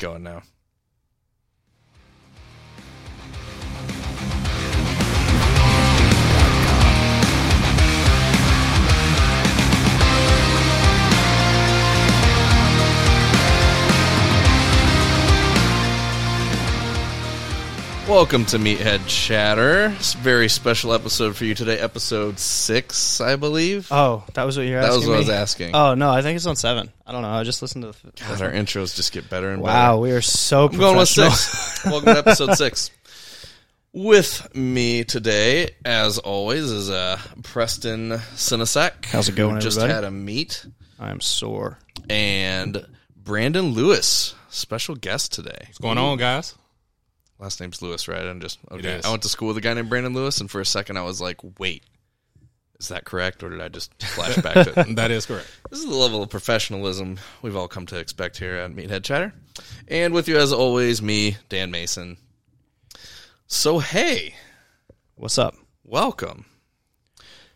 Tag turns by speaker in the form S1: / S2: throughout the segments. S1: going now. Welcome to Meathead Chatter. It's a very special episode for you today, episode six, I believe.
S2: Oh, that was what you were
S1: that
S2: asking
S1: was what I
S2: me?
S1: was asking.
S2: Oh no, I think it's on seven. I don't know. I just listened to. the f-
S1: God, our intros just get better and better.
S2: Wow, we are so
S1: I'm going with
S2: professional.
S1: six. Welcome to episode six. With me today, as always, is uh, Preston Sinisek.
S2: How's it going,
S1: who Just
S2: everybody?
S1: had a meet,
S2: I'm sore.
S1: and Brandon Lewis, special guest today.
S3: What's going on, guys?
S1: Last name's Lewis, right? I'm just okay.
S3: is.
S1: I went to school with a guy named Brandon Lewis, and for a second, I was like, "Wait, is that correct?" Or did I just flash back to it?
S3: That is correct.
S1: This is the level of professionalism we've all come to expect here at Meathead Chatter. And with you, as always, me, Dan Mason. So, hey,
S2: What's up?
S1: welcome.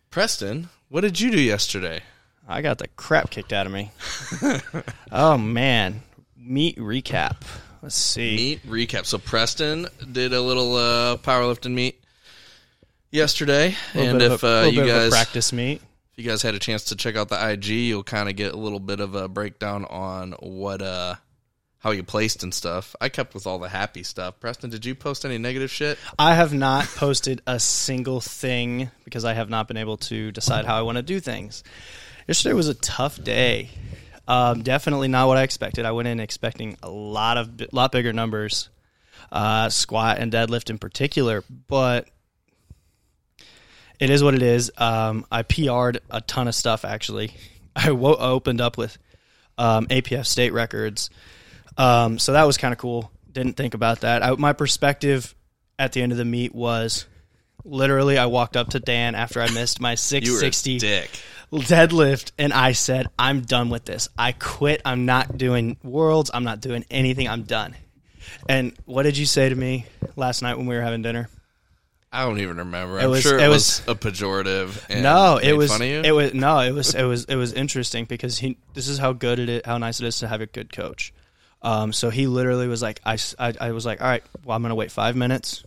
S1: Preston, what did you do yesterday?
S2: I got the crap kicked out of me. oh man, meet recap. Let's see.
S1: Meet recap. So, Preston did a little uh, powerlifting meet yesterday.
S2: Little
S1: And
S2: bit of
S1: if
S2: a-
S1: uh,
S2: little
S1: you
S2: bit of a
S1: guys
S2: practice meet,
S1: if you guys had a chance to check out the IG, you'll kind of get a little bit of a breakdown on what uh how you placed and stuff. I kept with all the happy stuff. Preston, did you post any negative shit?
S2: I have not posted a single thing because I have not been able to decide how I want to do things. Yesterday was a tough day. Um, definitely not what I expected. I went in expecting a lot of bi- lot bigger numbers, uh, squat and deadlift in particular, but it is what it is. Um, I PR'd a ton of stuff actually. I wo- I opened up with um, APF state records. Um, so that was kind of cool. Didn't think about that. I, my perspective at the end of the meet was literally I walked up to Dan after I missed my
S1: You were
S2: 660
S1: a dick.
S2: deadlift and I said, I'm done with this. I quit. I'm not doing worlds. I'm not doing anything. I'm done. And what did you say to me last night when we were having dinner?
S1: I don't even remember.
S2: It
S1: I'm
S2: was-
S1: sure it,
S2: it
S1: was, a pejorative. And
S2: No,
S1: made
S2: it was
S1: Fun of you?
S2: it was no, it was it was it was interesting because he this is how good it is, how nice it is to have a good coach. Um, so he literally was like, I, s- I, I was like, all right, well, I'm gonna wait five minutes.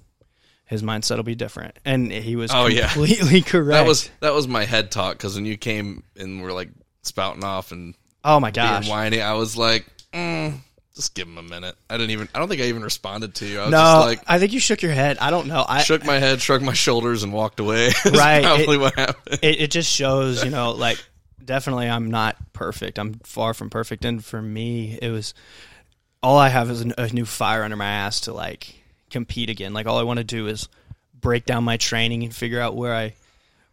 S2: His mindset will be different, and he was
S1: Oh, yeah.
S2: completely correct.
S1: that was that was my head talk because when you came and were like spouting off and
S2: oh my
S1: being
S2: gosh,
S1: whiny, I was like, mm, just give him a minute. I didn't even. I don't think I even responded to you. I was
S2: no,
S1: just like.
S2: I think you shook your head. I don't know. I
S1: Shook my head, shrugged my shoulders, and walked away. Is
S2: Right, it-
S1: probably what happened.
S2: it, it just shows, you know, like definitely I'm not perfect. I'm far from perfect. And for me, it was all I have is an, a new fire under my ass to like compete again. Like all I want to do is break down my training and figure out where I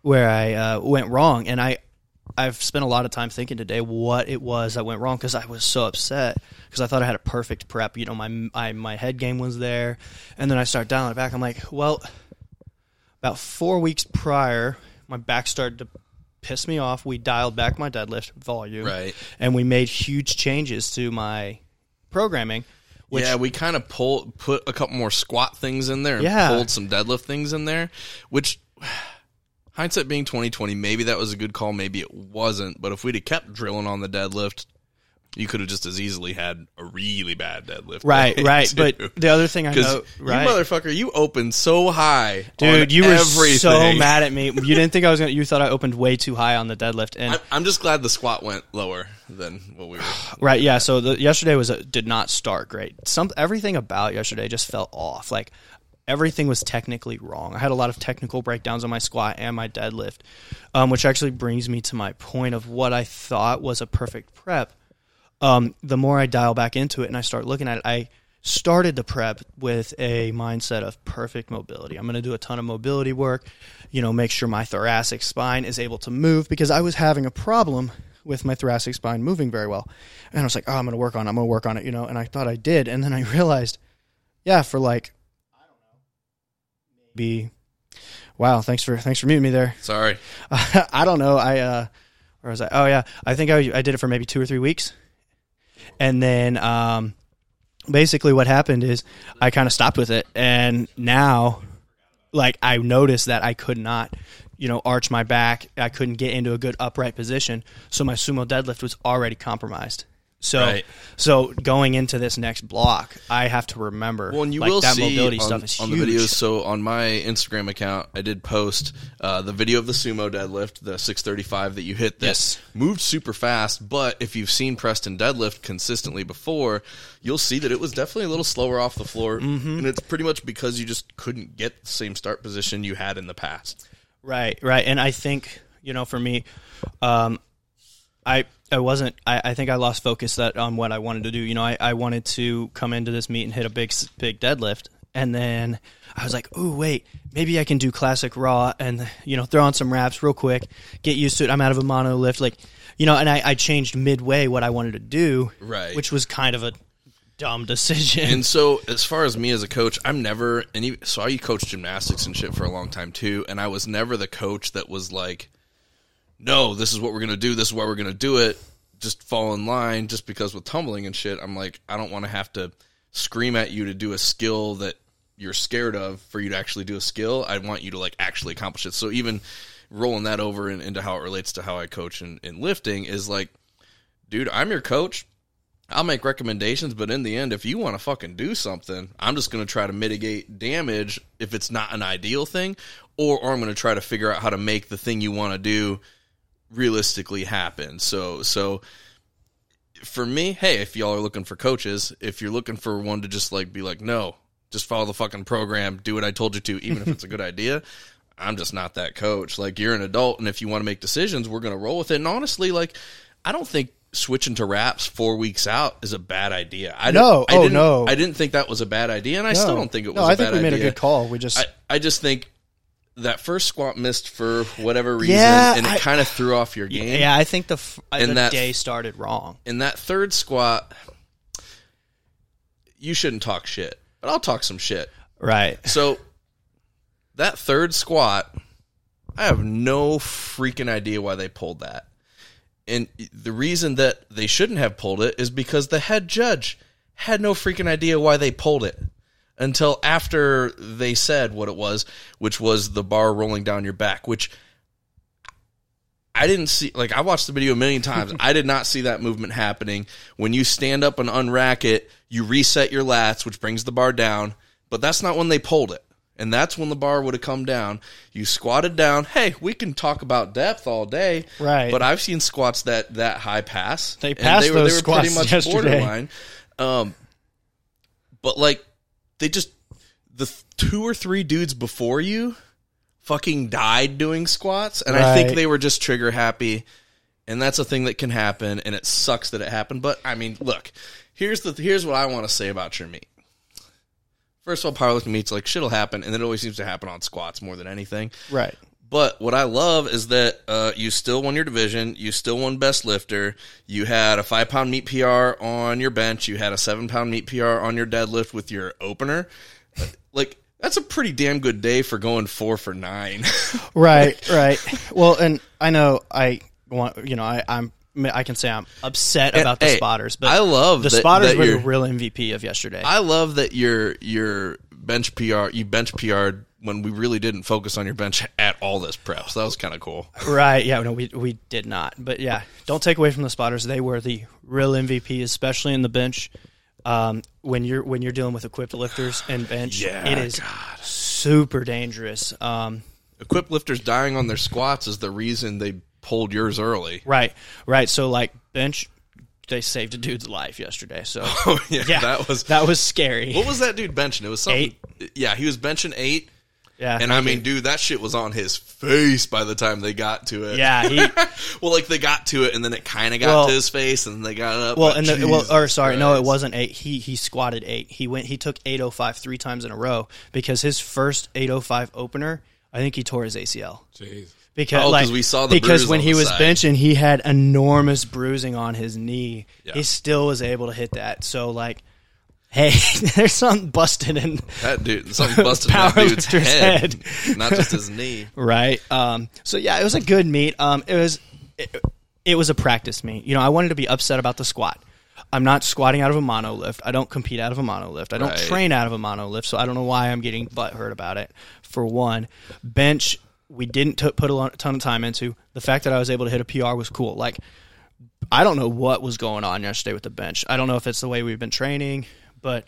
S2: where I uh, went wrong. And I I've spent a lot of time thinking today what it was that went wrong because I was so upset because I thought I had a perfect prep. You know, my I, my head game was there, and then I start dialing it back. I'm like, well, about four weeks prior, my back started to piss me off. We dialed back my deadlift volume,
S1: Right.
S2: and we made huge changes to my programming. Which
S1: yeah, we kind of pull put a couple more squat things in there and
S2: Yeah.
S1: pulled some deadlift things in there, which hindsight being 2020, maybe that was a good call, maybe it wasn't, but if we'd have kept drilling on the deadlift, you could have just as easily had a really bad deadlift.
S2: right, right. But the other thing I
S1: because
S2: know, right,
S1: you motherfucker, you opened so high,
S2: dude,
S1: on
S2: you were
S1: everything.
S2: so mad at me. You didn't think I was gonna. You thought I opened way too high on the deadlift, and
S1: I'm- I'm just glad the squat went lower than what we were.
S2: Right. Yeah. So the, yesterday was a, did not start great. Some everything about yesterday just fell off. Like everything was technically wrong. I had a lot of technical breakdowns on my squat and my deadlift, um, which actually brings me to my point of what I thought was a perfect prep. Um, the more I dial back into it and I start looking at it, I started the prep with a mindset of perfect mobility. I'm going to do a ton of mobility work, you know, make sure my thoracic spine is able to move because I was having a problem with my thoracic spine moving very well. And I was like, oh, I'm going to work on it. I'm going to work on it, you know, and I thought I did. And then I realized, yeah, for like, I don't know, maybe, wow, thanks for, thanks for muting me there.
S1: Sorry,
S2: I don't know. I uh, where was I? Oh yeah, I think I I did it for maybe two or three weeks, and then um, basically what happened is I kind of stopped with it, and now like I noticed that I could not, you know, arch my back. I couldn't get into a good upright position, so my sumo deadlift was already compromised. So
S1: Right.
S2: so going into this next block, I have to remember
S1: Well, and you
S2: like,
S1: will
S2: that
S1: see
S2: mobility
S1: on,
S2: stuff is
S1: on the
S2: huge.
S1: videos. So on my Instagram account, I did post uh, the video of the sumo deadlift, the 635 that you hit. That
S2: Yes.
S1: moved super fast. But if you've seen Preston deadlift consistently before, you'll see that it was definitely a little slower off the floor,
S2: Mm-hmm.
S1: and it's pretty much because you just couldn't get the same start position you had in the past.
S2: Right, right. And I think, you know, for me, um, I I wasn't I, I think I lost focus that on what I wanted to do. You know, I, I wanted to come into this meet and hit a big s- big deadlift and then I was like, "Oh, wait, maybe I can do classic raw and you know, throw on some wraps real quick, get used to it. I'm out of a mono lift like, you know, and I, I changed midway what I wanted to do,
S1: Right.
S2: which was kind of a dumb decision.
S1: And so, as far as me as a coach, I'm never and even, so I coached gymnastics and shit for a long time too, and I was never the coach that was like, "No, this is what we're gonna do. This is why we're gonna do it. Just fall in line." Just because with tumbling and shit, I'm like, I don't want to have to scream at you to do a skill that you're scared of for you to actually do a skill. I want you to like actually accomplish it. So even rolling that over in, into how it relates to how I coach in, in lifting is like, dude, I'm your coach. I'll make recommendations, but in the end, if you want to fucking do something, I'm just going to try to mitigate damage if it's not an ideal thing, or, or I'm going to try to figure out how to make the thing you want to do realistically happen. So, so for me, hey, if y'all are looking for coaches, if you're looking for one to just like be like, no, just follow the fucking program, do what I told you to, even if it's a good idea. I'm just not that coach. Like you're an adult, and if you want to make decisions, we're gonna roll with it. And honestly, like I don't think switching to wraps four weeks out is a bad idea. I
S2: No.
S1: don't- I
S2: Oh,
S1: didn't,
S2: no.
S1: I didn't think that was a bad idea, and I still don't think it was.
S2: Oh. No,
S1: I
S2: I think we made a good call. We just
S1: I, I just think that first squat missed for whatever reason,
S2: Yeah,
S1: and it
S2: I-
S1: kind of threw off your game.
S2: yeah, I think the, f-
S1: And
S2: the
S1: that-
S2: day started wrong.
S1: in that third squat, you shouldn't talk shit, but I'll talk some shit.
S2: Right.
S1: So that third squat, I have no freaking idea why they pulled that. And the reason that they shouldn't have pulled it is because the head judge had no freaking idea why they pulled it until after they said what it was, which was the bar rolling down your back, which I didn't see like I watched the video a million times. I did not see that movement happening. When you stand up and unrack it, you reset your lats, which brings the bar down, but that's not when they pulled it. And that's when the bar would have come down. You squatted down. Hey, we can talk about depth all day.
S2: Right.
S1: But I've seen squats that that high pass.
S2: They
S1: and
S2: passed those squats yesterday.
S1: borderline. Um but like they just the th- two or three dudes before you fucking died doing squats and i think
S2: Right.
S1: they were just trigger happy and that's a thing that can happen and it sucks that it happened but i mean look here's the here's what i want to say about your meet first of all powerlifting meets like shit'll happen and it always seems to happen on squats more than anything
S2: Right.
S1: but what I love is that uh, you still won your division. You still won best lifter. You had a five pound meet PR on your bench. You had a seven pound meet PR on your deadlift with your opener. like that's a pretty damn good day for going four for nine.
S2: right right well and i know i want you know i i'm i can say i'm upset about the
S1: hey,
S2: spotters but
S1: I love
S2: the
S1: that-
S2: spotters
S1: that
S2: were the
S1: you're-
S2: real mvp of yesterday
S1: I love that your your bench PR you bench PR'd when we really didn't focus on your bench at all this prep. So that was kind of cool.
S2: right yeah no we we did not but yeah don't take away from the spotters they were the real mvp especially in the bench um, when you're when you're dealing with equipped lifters and bench
S1: Yeah,
S2: it is super dangerous um,
S1: Equipped lifters dying on their squats is the reason they pulled yours early.
S2: right right so like bench they saved a dude's life yesterday so yeah
S1: that was
S2: that was scary
S1: What was that dude benching? It was something. Yeah, he was benching eight,
S2: yeah
S1: and I mean, dude, that shit was on his face by the time they got to it.
S2: yeah he
S1: well, like they got to it, and then it kind of got
S2: Well-
S1: to his face, and then they got up.
S2: Well,
S1: but
S2: and the,
S1: Jesus
S2: well, or sorry, no, it
S1: Christ.
S2: wasn't eight. He he squatted eight. He went. He took eight oh five three times in a row because his first eight oh five opener, I think he tore his ACL
S3: Jeez.
S2: because
S1: Oh, 'cause
S2: like
S1: we saw the
S2: because
S1: bruise
S2: when
S1: on
S2: he
S1: the
S2: was
S1: side.
S2: benching, he had enormous bruising on his knee.
S1: Yeah.
S2: He still was able to hit that. So like, hey, there's something busted in
S1: That dude, something busted in that dude's
S2: Powerlifter's
S1: head, not just his knee.
S2: right? Um, so yeah, it was a good meet. Um, it was it, it was a practice meet. You know, I wanted to be upset about the squat. I'm not squatting out of a mono lift. I don't compete out of a mono lift. I don't
S1: Right.
S2: train out of a mono lift, so I don't know why I'm getting butthurt about it. For one, bench we didn't t- put a lo- ton of time into. The fact that I was able to hit a PR was cool. Like I don't know what was going on yesterday with the bench. I don't know if it's the way we've been training, but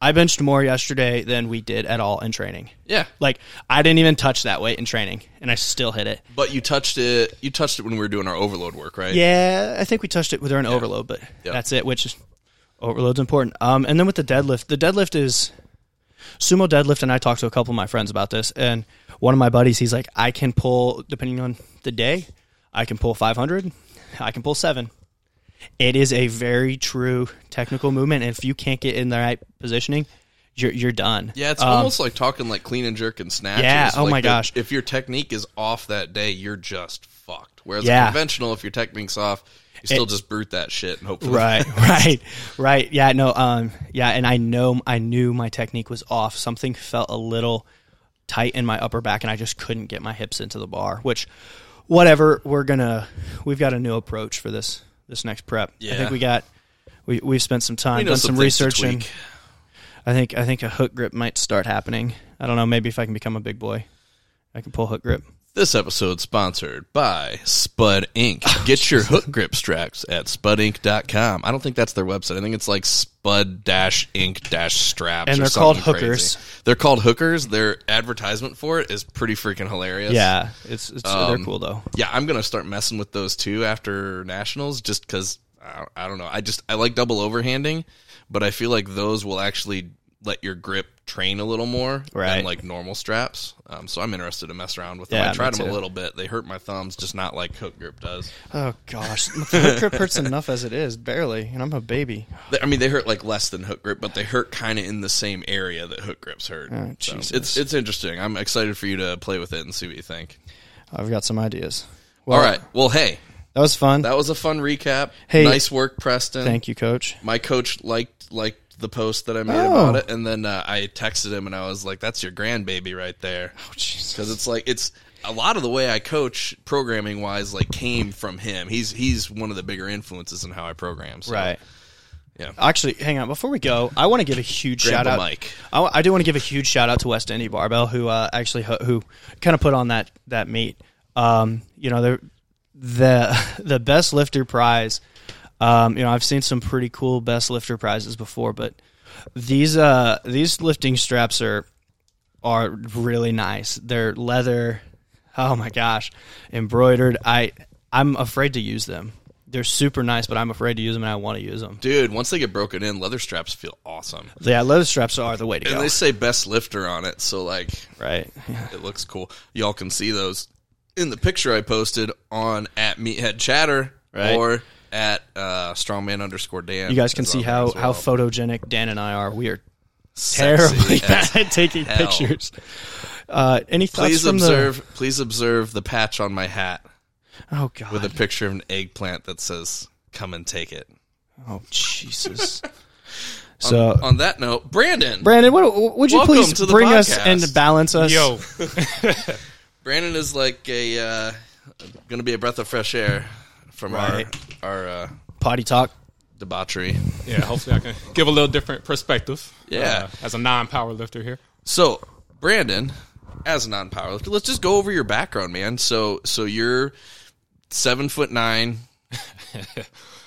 S2: I benched more yesterday than we did at all in training.
S1: Yeah.
S2: Like I didn't even touch that weight in training, and I still hit it.
S1: But you touched it. You touched it when we were doing our overload work, right?
S2: Yeah, I think we touched it with an overload, but that's it. Which is overload's important. Um, and then with the deadlift, the deadlift is sumo deadlift, and I talked to a couple of my friends about this, and one of my buddies, he's like, I can pull depending on the day, I can pull 500, I can pull seven. It is a very true technical movement, and if you can't get in the right positioning, you're you're done.
S1: Yeah, it's
S2: Um,
S1: almost like talking like clean and jerk and snatches.
S2: Yeah, oh
S1: Like
S2: my
S1: the-
S2: gosh.
S1: If your technique is off that day, you're just fucked. Whereas
S2: Yeah.
S1: a conventional, if your technique's off, you still just brute that shit and hope for the
S2: right right right yeah no um yeah and i know i knew my technique was off something felt a little tight in my upper back and i just couldn't get my hips into the bar which whatever we're gonna we've got a new approach for this this next prep i
S1: Yeah.
S2: think we got we, we've spent some time
S1: We know
S2: done some,
S1: things to
S2: research and
S1: tweak.
S2: i think i think a hook grip might start happening i don't know maybe if i can become a big boy i can pull hook grip
S1: This episode sponsored by Spud Ink.
S2: Oh,
S1: Get your hook grip straps at spudinc.com. I don't think that's their website. I think it's like spud dash ink dash straps.
S2: And
S1: or
S2: they're called
S1: something crazy.
S2: hookers.
S1: They're called hookers. Their advertisement for it is pretty freaking hilarious.
S2: yeah it's, it's
S1: Um,
S2: they're cool though
S1: Yeah, I'm gonna start messing with those too after nationals, just because I, I don't know. I just I like double overhanding, but I feel like those will actually let your grip train a little more
S2: Right.
S1: than like normal straps. Um, so I'm interested to mess around with them.
S2: Yeah,
S1: I tried
S2: me
S1: them a
S2: too.
S1: little bit. They hurt my thumbs, just not like hook grip does.
S2: Oh gosh, the hook grip hurts enough as it is, barely, and I'm a baby.
S1: They- I mean, they hurt like less than hook grip, but they hurt kind of in the same area that hook grips hurt.
S2: Oh,
S1: So
S2: Jesus.
S1: it's it's interesting. I'm excited for you to play with it and see what you think.
S2: I've got some ideas.
S1: All right. Well, hey,
S2: that was fun.
S1: that was a fun recap.
S2: Hey.
S1: nice work, Preston.
S2: Thank you, Coach.
S1: my coach liked liked the post that I made
S2: Oh.
S1: about it, and then uh, I texted him and I was like, "That's your grandbaby right there,"
S2: Jesus.
S1: because it's like it's a lot of the way I coach programming wise like came from him. He's he's one of the bigger influences in how I program. So.
S2: Right.
S1: Yeah.
S2: Actually, hang on. Before we go, I want to give a huge
S1: Grandpa
S2: shout out.
S1: Mike.
S2: I, wa- I do want to give a huge shout out to West Indy Barbell, who uh, actually ho- who kind of put on that that meet. Um, you know, they're the the best lifter prize. Um, you know, I've seen some pretty cool best lifter prizes before, but these uh these lifting straps are are really nice. They're leather. Oh my gosh, embroidered. I I'm afraid to use them. They're super nice, but I'm afraid to use them, and I want to use them.
S1: Dude, once they get broken in, leather straps feel awesome.
S2: Yeah, leather straps are the way to
S1: And
S2: go.
S1: they say best lifter on it, so like
S2: right.
S1: it looks cool. Y'all can see those in the picture I posted on at Meathead Chatter
S2: Right.
S1: or at uh, Strongman underscore Dan.
S2: You guys can
S1: is
S2: see
S1: on there
S2: how,
S1: as
S2: how
S1: well.
S2: photogenic Dan and I are. We are
S1: Sexy
S2: terribly
S1: as
S2: bad at taking
S1: hell.
S2: pictures. Uh, any thoughts
S1: Please
S2: from
S1: observe. Please observe the patch on my hat
S2: the? Oh God!
S1: with a picture of an eggplant that says "Come and take it."
S2: oh Jesus! so,
S1: On that note, Brandon.
S2: Brandon, what, would you
S1: Um, uh, Welcome
S2: please
S1: to the
S2: bring us
S1: podcast.
S2: and balance us?
S3: Yo,
S1: Brandon is like a uh, going to be a breath of fresh air from
S2: Right.
S1: our our uh,
S2: potty talk.
S1: debauchery.
S3: yeah. Hopefully, I can give a little different perspective.
S1: Yeah.
S3: uh, as a non-power lifter here.
S1: So, Brandon, as a non-powerlifter, let's just go over your background, man. So, so you're seven foot nine.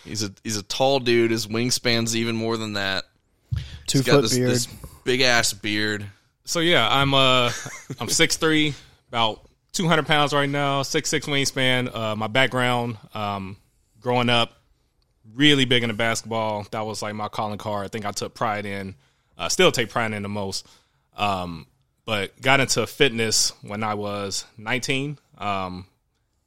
S1: he's a he's a tall dude. His wingspan's even more than that.
S2: Two
S1: He's got
S2: foot
S1: this,
S2: beard.
S1: this big ass beard.
S3: So yeah, I'm uh, I'm six three, about two hundred pounds right now, six six wingspan. Uh, my background, um, growing up, really big into basketball. That was like my calling card. I think I took pride in, uh, still take pride in the most. Um, but got into fitness when I was 19. Um,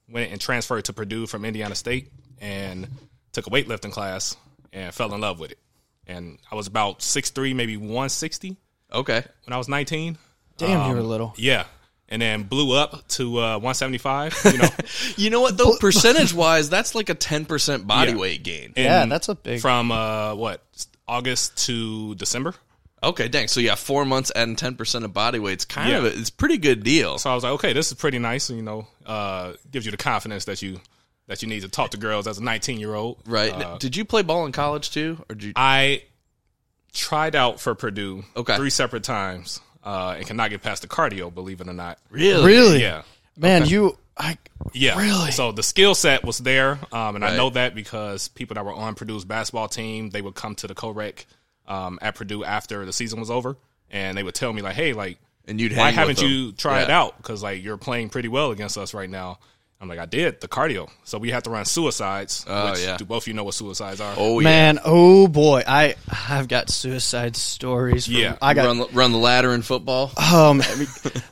S3: went and transferred to Purdue from Indiana State and took a weightlifting class and fell in love with it. And I was about six three, maybe 160
S1: Okay.
S3: when I was 19.
S2: Damn,
S1: um,
S2: you were little.
S3: Yeah. And then blew up to uh, 175, you know.
S1: You know what though? Percentage wise, that's like a ten percent body
S3: Yeah.
S1: weight gain.
S2: Yeah,
S3: And
S2: that's a big-
S3: From uh, what? August to December.
S1: Okay, dang. So yeah, four months adding ten percent of body weight's kind
S3: Yeah.
S1: of a, it's a pretty good deal.
S3: So I was like, okay, this is pretty nice, you know. Uh, gives you the confidence that you that you need to talk to girls as a 19-year-old.
S1: Right?
S3: Uh,
S1: did you play ball in college too, or did you?
S3: I tried out for Purdue
S1: Okay.
S3: three separate times uh, and cannot get past the cardio, believe it or not.
S1: really?
S2: Really,
S3: Yeah.
S2: man. You I
S3: Yeah.
S2: Really?
S3: So the skill set was there. Um, and I
S1: Right.
S3: know that because people that were on Purdue's basketball team, they would come to the co-rec um, at Purdue after the season was over. And they would tell me like, hey, like,
S1: And you'd hang
S3: why
S1: with
S3: haven't
S1: them.
S3: you tried it
S1: Yeah.
S3: out? Because like you're playing pretty well against us right now. I'm like, I did the cardio. So we had to run suicides.
S1: Oh,
S3: which
S1: yeah.
S3: Do both of you know what suicides are?
S1: Oh yeah.
S2: man, oh boy, I I've got suicide stories. From,
S3: Yeah.
S2: I got
S1: run the- run the ladder in football.
S2: Um,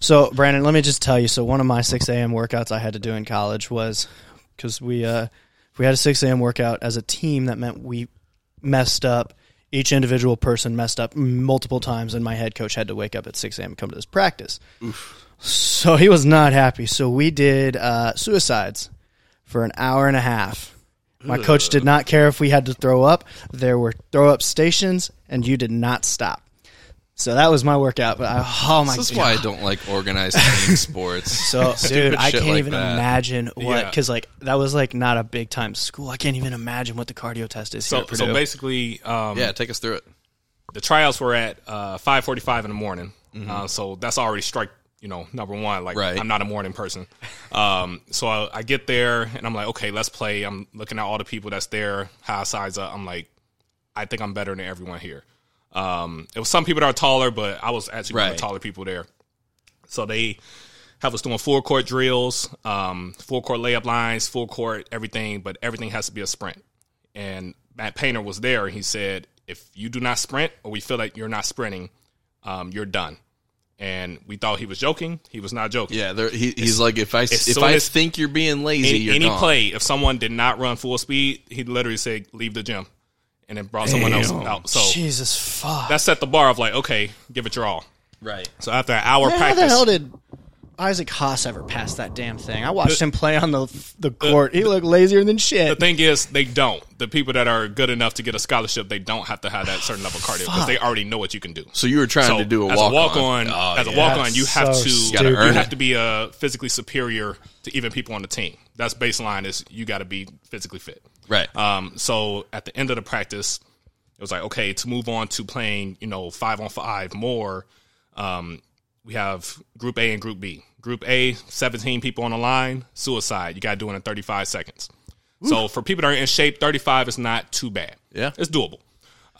S2: so Brandon, let me just tell you. So one of my 6 a.m. workouts I had to do in college was because we uh, we had a 6 a.m. workout as a team that meant we messed up. Each individual person messed up multiple times, and my head coach had to wake up at 6 a.m. and come to this practice. So he was not happy. So we did uh, suicides for an hour and a half. My coach did not care if we had to throw up. There were throw up stations, and you did not stop. So that was my workout. But I, oh my
S1: This is
S2: god!
S1: why I don't like organized team sports.
S2: So, dude, I
S1: shit
S2: can't
S1: like
S2: even
S1: that.
S2: imagine what
S3: Yeah.
S2: because like that was like not a big time school. I can't even imagine what the cardio test is. here
S3: So,
S2: at
S3: so
S2: Purdue.
S3: basically, um,
S1: yeah, take us through it.
S3: the tryouts were at uh, five forty-five in the morning. Uh, so that's already strike, you know, number one. Like
S1: Mm-hmm. Right.
S3: I'm not a morning person. Um, so I, I get there and I'm like, okay, let's play. I'm looking at all the people that's there, how I size up. I'm like, I think I'm better than everyone here. Um, it was some people that are taller, but I was actually one of
S1: Right.
S3: the taller people there. So they have us doing full court drills, um, full court layup lines, full court everything, but everything has to be a sprint. And Matt Painter was there. and He said, if you do not sprint or we feel like you're not sprinting, um, you're done. And we thought he was joking. He was not joking.
S1: Yeah, there, he, he's like, if I
S3: as
S1: if
S3: soon
S1: I
S3: as-
S1: think you're being lazy,
S3: Any,
S1: you're
S3: any
S1: gone.
S3: play, if someone did not run full speed, he literally said, leave the gym. And then brought someone else out. So
S2: Jesus fuck!
S3: that set the bar of like, okay, give it your all.
S1: right?
S3: So after an hour
S2: Man, how
S3: practice,
S2: the hell did Isaac Haas ever pass that damn thing? I watched him play on the the court. He looked lazier than shit.
S3: The thing is, they don't. The people that are good enough to get a scholarship, they don't have to have that certain level of cardio because they already know what you can do.
S1: So you were trying
S3: So
S1: to do a
S3: as
S1: walk,
S3: a walk on,
S1: Oh,
S3: as a
S1: yeah.
S3: walk on, you have
S2: so
S3: to
S2: Gotta
S3: you
S1: earn
S3: have
S1: it.
S3: to be uh, physically superior to even people on the team. That's baseline is you got to be physically fit.
S1: right?
S3: Um, so at the end of the practice, it was like, okay, to move on to playing, you know, five on five more, um, we have group A and group B. Group A, 17 people on the line, suicide. You got to do it in 35 seconds. So for people that are in shape, 35 is not too bad.
S1: Yeah.
S3: It's doable.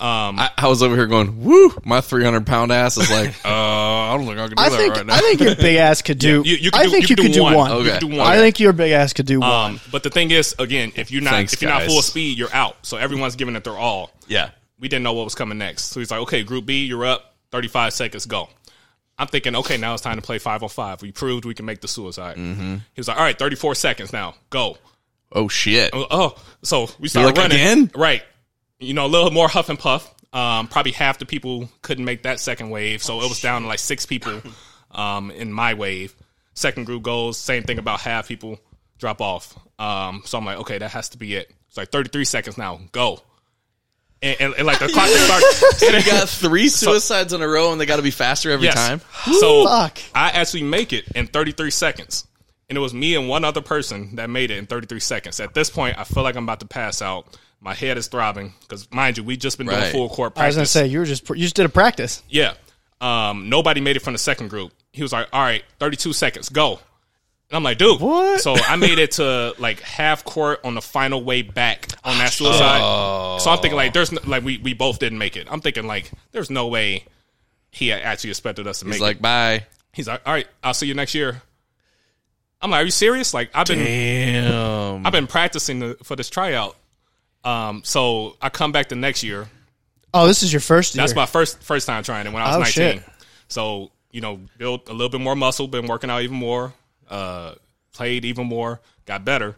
S1: I, I was over here going, "Woo!" My 300 pound ass is like, uh, I don't think I can do
S2: I
S1: that
S2: think
S1: right now.
S2: I think your big ass could do.
S3: You, you can
S2: I
S3: do,
S2: think you, could do one.
S1: Okay.
S3: You could do one.
S2: I think your big ass could do one.
S3: Um, but the thing is, again, if you're not
S1: Thanks,
S3: if you're
S1: guys.
S3: not full speed, you're out. So everyone's giving it their all.
S1: yeah,
S3: We didn't know what was coming next. So he's like, okay, Group B, you're up. 35 seconds, go. I'm thinking, okay, now it's time to play 5 on 5. We proved we can make the suicide.
S1: Mm-hmm.
S3: He was like, all right, 34 seconds now, go.
S1: oh shit,
S3: I'm like, Oh, so we
S1: like,
S3: started running.
S1: "Again?"
S3: Right. You know, a little more huff and puff. Um, probably half the people couldn't make that second wave.
S1: Oh,
S3: So it was down to like six people um, in my wave. Second group goes, same thing about half people drop off. Um, so I'm like, okay, that has to be it. It's like 33 seconds now, go. And, and, and like the clock starts.
S1: you got three suicides in a row, and they got to be faster every
S3: Yes.
S1: time.
S3: So
S2: Fuck.
S3: I actually make it in 33 seconds. And it was me and one other person that made it in 33 seconds. At this point, I feel like I'm about to pass out. My head is throbbing because, mind you, we just been doing
S1: Right.
S3: full court
S2: I was
S3: practice.
S2: gonna say you were just you just did a practice.
S3: yeah. Um, nobody made it from the second group. He was like, all right, 32 seconds, go. And I'm like, dude.
S2: What?
S3: So I made it to like half court on the final way back on that suicide. So I'm thinking like, there's no, like we, we both didn't make it. I'm thinking like, there's no way he actually expected us to make
S1: He's
S3: it.
S1: like, bye.
S3: He's like, "All right, I'll see you next year." I'm like, "Are you serious? Like, I've been
S1: Damn.
S3: I've been practicing the, for this tryout." Um, so I come back the next year.
S2: Oh, this is your first year.
S3: That's my first first time trying it when I was
S2: Oh,
S3: 19.
S2: shit.
S3: So you know, built a little bit more muscle, been working out even more, uh, played even more, got better,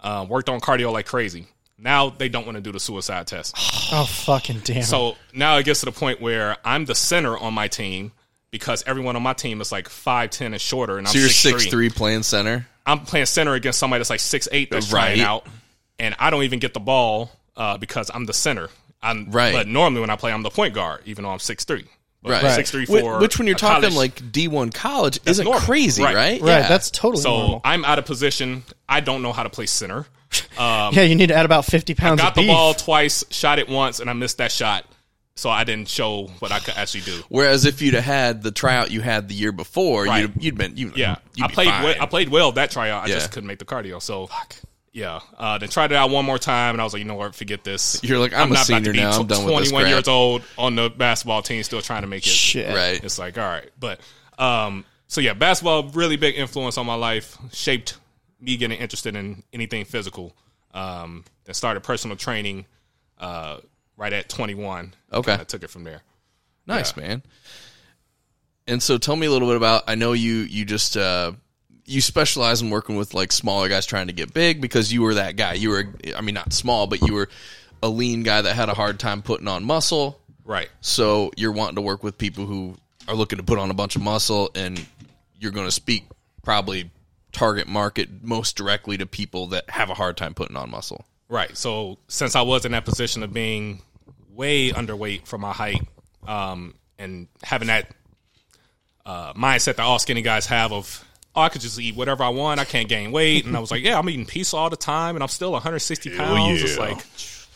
S3: uh, worked on cardio like crazy. Now they don't want to do the suicide test.
S2: oh fucking damn.
S3: So now it gets to the point where I'm the center on my team because everyone on my team is like five ten and shorter, and I'm
S1: So you're
S3: six
S1: six three playing center.
S3: I'm playing center against somebody that's like six eight that's trying
S1: Right.
S3: out, and I don't even get the ball uh, because I'm the center. I'm
S1: Right.
S3: But normally when I play, I'm the point guard, even though I'm six three.
S1: Right.
S3: Six three
S1: Whi-
S3: four.
S1: Which, when you're talking like D one college, isn't
S3: normal.
S1: crazy,
S3: Right.
S1: right?
S2: right,
S1: Yeah.
S2: that's totally
S3: so
S2: normal.
S3: I'm out of position. I don't know how to play center. Um,
S2: yeah, you need to add about fifty pounds.
S3: got
S2: of
S3: the
S2: beef.
S3: ball twice, shot it once, and I missed that shot. so I didn't show what I could actually do.
S1: Whereas if you'd have had the tryout you had the year before,
S3: Right.
S1: you'd, you'd been you
S3: Yeah,
S1: you'd
S3: I
S1: be
S3: played.
S1: fine.
S3: Well, I played well that tryout. I
S1: Yeah.
S3: just couldn't make the cardio. So yeah, uh, then tried it out one more time, and I was like, you know what, forget this.
S1: You're like, I'm a senior now, I'm done with this crap.
S3: years old on the basketball team, still trying to make it.
S2: Shit.
S1: right.
S3: It's like all right, but um, so yeah, basketball really big influence on my life, shaped me getting interested in anything physical. Um, and started personal training uh, right at 21.
S1: Okay.
S3: I took it from there.
S1: Nice man. And so tell me a little bit about. I know you you just uh, you specialize in working with like smaller guys trying to get big because you were that guy. You were I mean not small, but you were a lean guy that had a hard time putting on muscle.
S3: Right.
S1: So you're wanting to work with people who are looking to put on a bunch of muscle, and you're going to speak probably target market most directly to people that have a hard time putting on muscle.
S3: Right. So since I was in that position of being way underweight for my height, um, and having that uh, mindset that all skinny guys have of oh, I could just eat whatever I want, I can't gain weight, and I was like, yeah, I'm eating pizza all the time, and I'm still 160 pounds. It's
S1: yeah.
S3: like,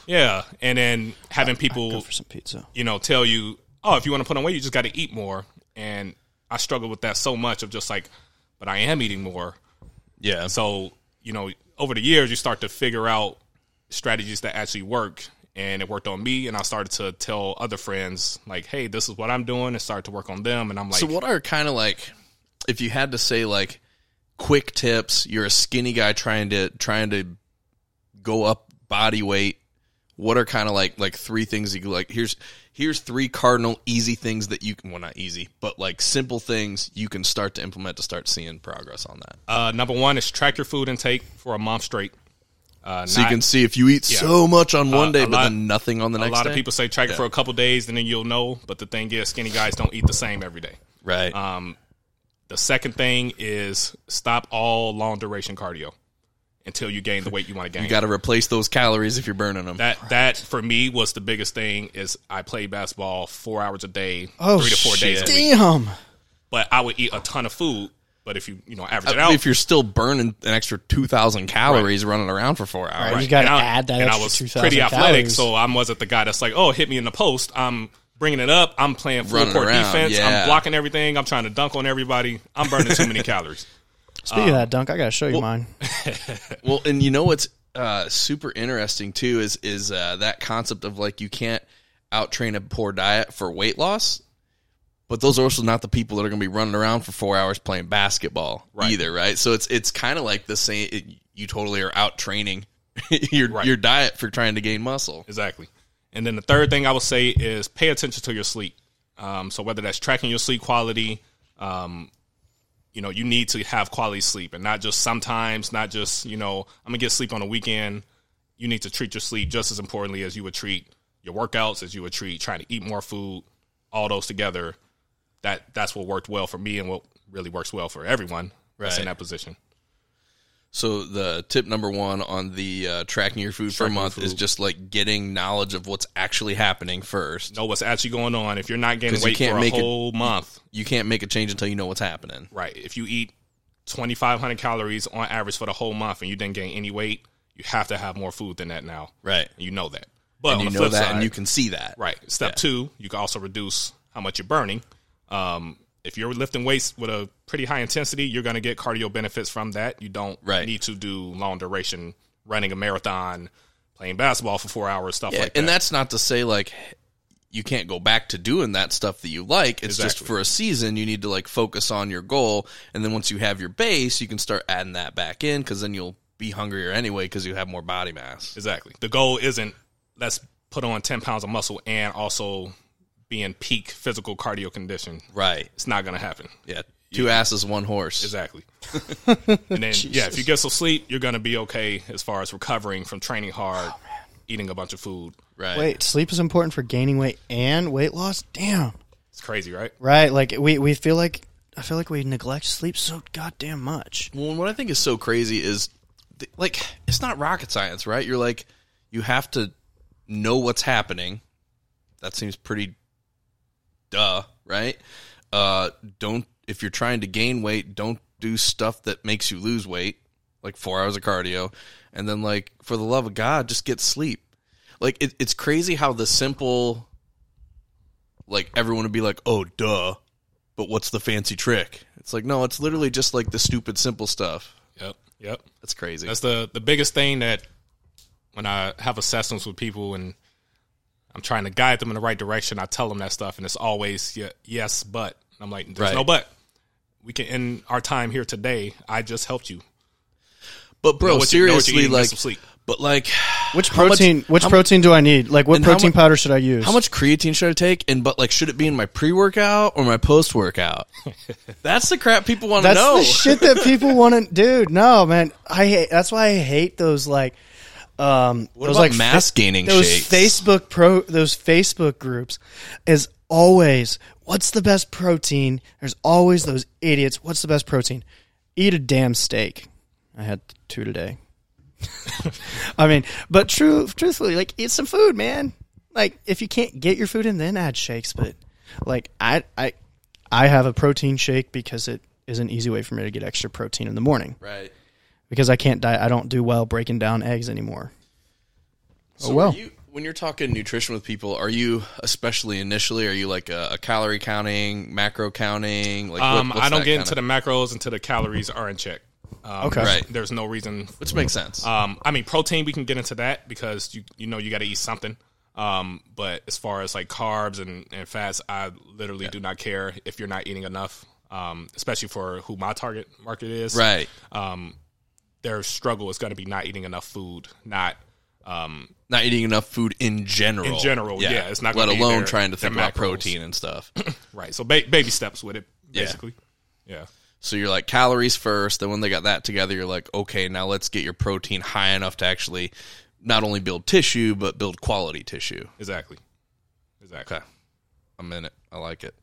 S3: yeah, and then having people,
S2: for some pizza.
S3: you know, tell you, oh, if you want to put on weight, you just got to eat more, and I struggled with that so much of just like, but I am eating more,
S1: Yeah.
S3: so, you know, over the years, you start to figure out strategies that actually work. And it worked on me. And I started to tell other friends, like, hey, this is what I'm doing. And started to work on them. And I'm like,
S1: So what are kind of like if you had to say like quick tips, you're a skinny guy trying to trying to go up body weight, what are kind of like like three things you could, like here's here's three cardinal easy things that you can well not easy, but like simple things you can start to implement to start seeing progress on that.
S3: uh, number one is track your food intake for a month straight. Uh,
S1: so you
S3: not-
S1: can see if you eat so much on one day
S3: a
S1: but
S3: lot-
S1: then nothing on the
S3: a
S1: next
S3: lot
S1: day.
S3: of people say track it for a couple days and then you'll know. But the thing is, skinny guys don't eat the same every day.
S1: right.
S3: Um, The second thing is stop all long duration cardio until you gain the weight you want to gain.
S1: you got to replace those calories if you're burning them.
S3: That that for me was the biggest thing is I played basketball four hours a day,
S2: Oh,
S3: three to four days a week.
S2: Damn.
S3: But I would eat a ton of food. But if you you know
S2: Uh,
S3: average it out,
S1: if you're still burning an extra 2000 calories running around for 4 hours.
S2: You got to
S3: and I-
S2: add that
S3: and I
S2: extra
S3: was
S2: 2,000
S3: pretty athletic,
S2: calories.
S3: so I wasn't the guy that's like, oh, hit me in the post. I'm bringing it up. I'm playing full
S1: Running
S3: court
S1: around,
S3: defense.
S1: yeah.
S3: I'm blocking everything. I'm trying to dunk on everybody. I'm burning too many calories.
S2: Speaking
S3: uh,
S2: of that, Dunk, I got to show you mine.
S1: Well, and you know what's uh, super interesting too is is uh, that concept of like you can't outtrain a poor diet for weight loss, but those are also not the people that are going to be running around for four hours playing basketball either, right? So it's it's kind of like the same. It, you totally are out training your your diet for trying to gain muscle.
S3: Exactly. And then the third thing I would say is pay attention to your sleep. Um, so whether that's tracking your sleep quality, um, you know, you need to have quality sleep and not just sometimes, not just, you know, I'm gonna get sleep on the weekend. You need to treat your sleep just as importantly as you would treat your workouts, as you would treat trying to eat more food, all those together. That that's what worked well for me and what really works well for everyone that's in
S1: Right.
S3: that position.
S1: So the tip number one on the uh, tracking your food for a month is just like getting knowledge of what's actually happening first.
S3: Know what's actually going on. If you're not gaining
S1: 'Cause you
S3: weight
S1: can't
S3: for a
S1: make it-
S3: whole month,
S1: You can't make a change until you know what's happening.
S3: Right. If you eat 2,500 calories on average for the whole month and you didn't gain any weight, you have to have more food than that now.
S1: Right.
S3: You know that. But
S1: And
S3: on
S1: you
S3: the
S1: know
S3: flip
S1: that
S3: side,
S1: and you can see that.
S3: right. Step two, you can also reduce how much you're burning. Um, if you're lifting weights with a pretty high intensity, you're going to get cardio benefits from that. You don't
S1: Right.
S3: need to do long duration running a marathon, playing basketball for four hours, stuff like that.
S1: and that's not to say like you can't go back to doing that stuff that you like. It's just
S3: Exactly.
S1: for a season you need to like focus on your goal, and then once you have your base, you can start adding that back in because then you'll be hungrier anyway because you have more body mass.
S3: Exactly. The goal isn't let's put on 10 pounds of muscle and also be in peak physical cardio condition.
S1: Right.
S3: It's not going to happen.
S1: Yeah. Two asses, one horse.
S3: Exactly. and then, yeah, if you get some sleep, you're going to be okay as far as recovering from training hard, eating a bunch of food.
S1: Right.
S2: Wait, sleep is important for gaining weight and weight loss? Damn.
S3: It's crazy, right?
S2: Right, like we, we feel like I feel like we neglect sleep so goddamn much.
S1: Well, and what I think is so crazy is th- like it's not rocket science, right? You're like you have to know what's happening. That seems pretty duh, right? Uh don't if you're trying to gain weight, don't do stuff that makes you lose weight, like 4 hours of cardio, and then like for the love of god, just get sleep. Like it, it's crazy how the simple like everyone would be like, "Oh, duh," but what's the fancy trick? It's like, no, it's literally just like the stupid simple stuff.
S3: Yep. Yep.
S1: That's crazy.
S3: That's the the biggest thing that when I have assessments with people and I'm trying to guide them in the right direction, I tell them that stuff, and it's always yeah, yes, but and I'm like, there's
S1: Right.
S3: no but. We can end our time here today. I just helped you.
S1: but bro,
S3: Know what you- know what
S1: seriously,
S3: you eat and get
S1: like,
S3: some sleep.
S1: but like,
S2: Which
S1: how much-
S2: protein? which
S1: how mu-
S2: protein do I need? Like, what
S1: And how
S2: protein
S1: mu-
S2: powder should I use?
S1: How much creatine should I take? And but like, should it be in my pre workout or my post workout? That's the crap people want to
S2: That's
S1: know.
S2: the shit that people want to, dude. No, man. I hate. That's why I hate those like, um,
S1: What
S2: those
S1: about
S2: like
S1: mass
S2: fa-
S1: gaining
S2: Those
S1: shakes?
S2: Facebook pro, those Facebook groups, is always what's the best protein. There's always those idiots. What's the best protein? Eat a damn steak. I had two today. I mean, but true, truthfully, like eat some food, man. Like if you can't get your food in, then add shakes. But like I, I, I have a protein shake because it is an easy way for me to get extra protein in the morning
S1: right.
S2: because I can't die. I don't do well breaking down eggs anymore.
S1: So
S2: oh well.
S1: are you, when you're talking nutrition with people, are you especially initially? Are you like a, a calorie counting, macro counting? Like, what-
S3: Um,
S1: what's
S3: I don't
S1: that
S3: get
S1: kinda-
S3: into the macros until the calories are in check. Um,
S2: Okay.
S1: Right.
S3: There's no reason
S1: which makes sense.
S3: Um, I mean, protein we can get into that because you you know you got to eat something. Um, but as far as like carbs and, and fats, I literally do not care if you're not eating enough. Um, especially for who my target market is.
S1: right.
S3: Their struggle is going to be not eating enough food, not um,
S1: Not eating enough food in general.
S3: In general, yeah, it's not
S1: let
S3: gonna be
S1: alone
S3: their-
S1: trying to
S3: their
S1: think about
S3: macros.
S1: protein and stuff.
S3: right. So ba- baby steps with it,
S1: Yeah.
S3: basically. Yeah.
S1: So you're like calories first. Then when they got that together, you're like, okay, now let's get your protein high enough to actually not only build tissue but build quality tissue.
S3: Exactly. Exactly.
S1: Okay, I'm in it. I like it.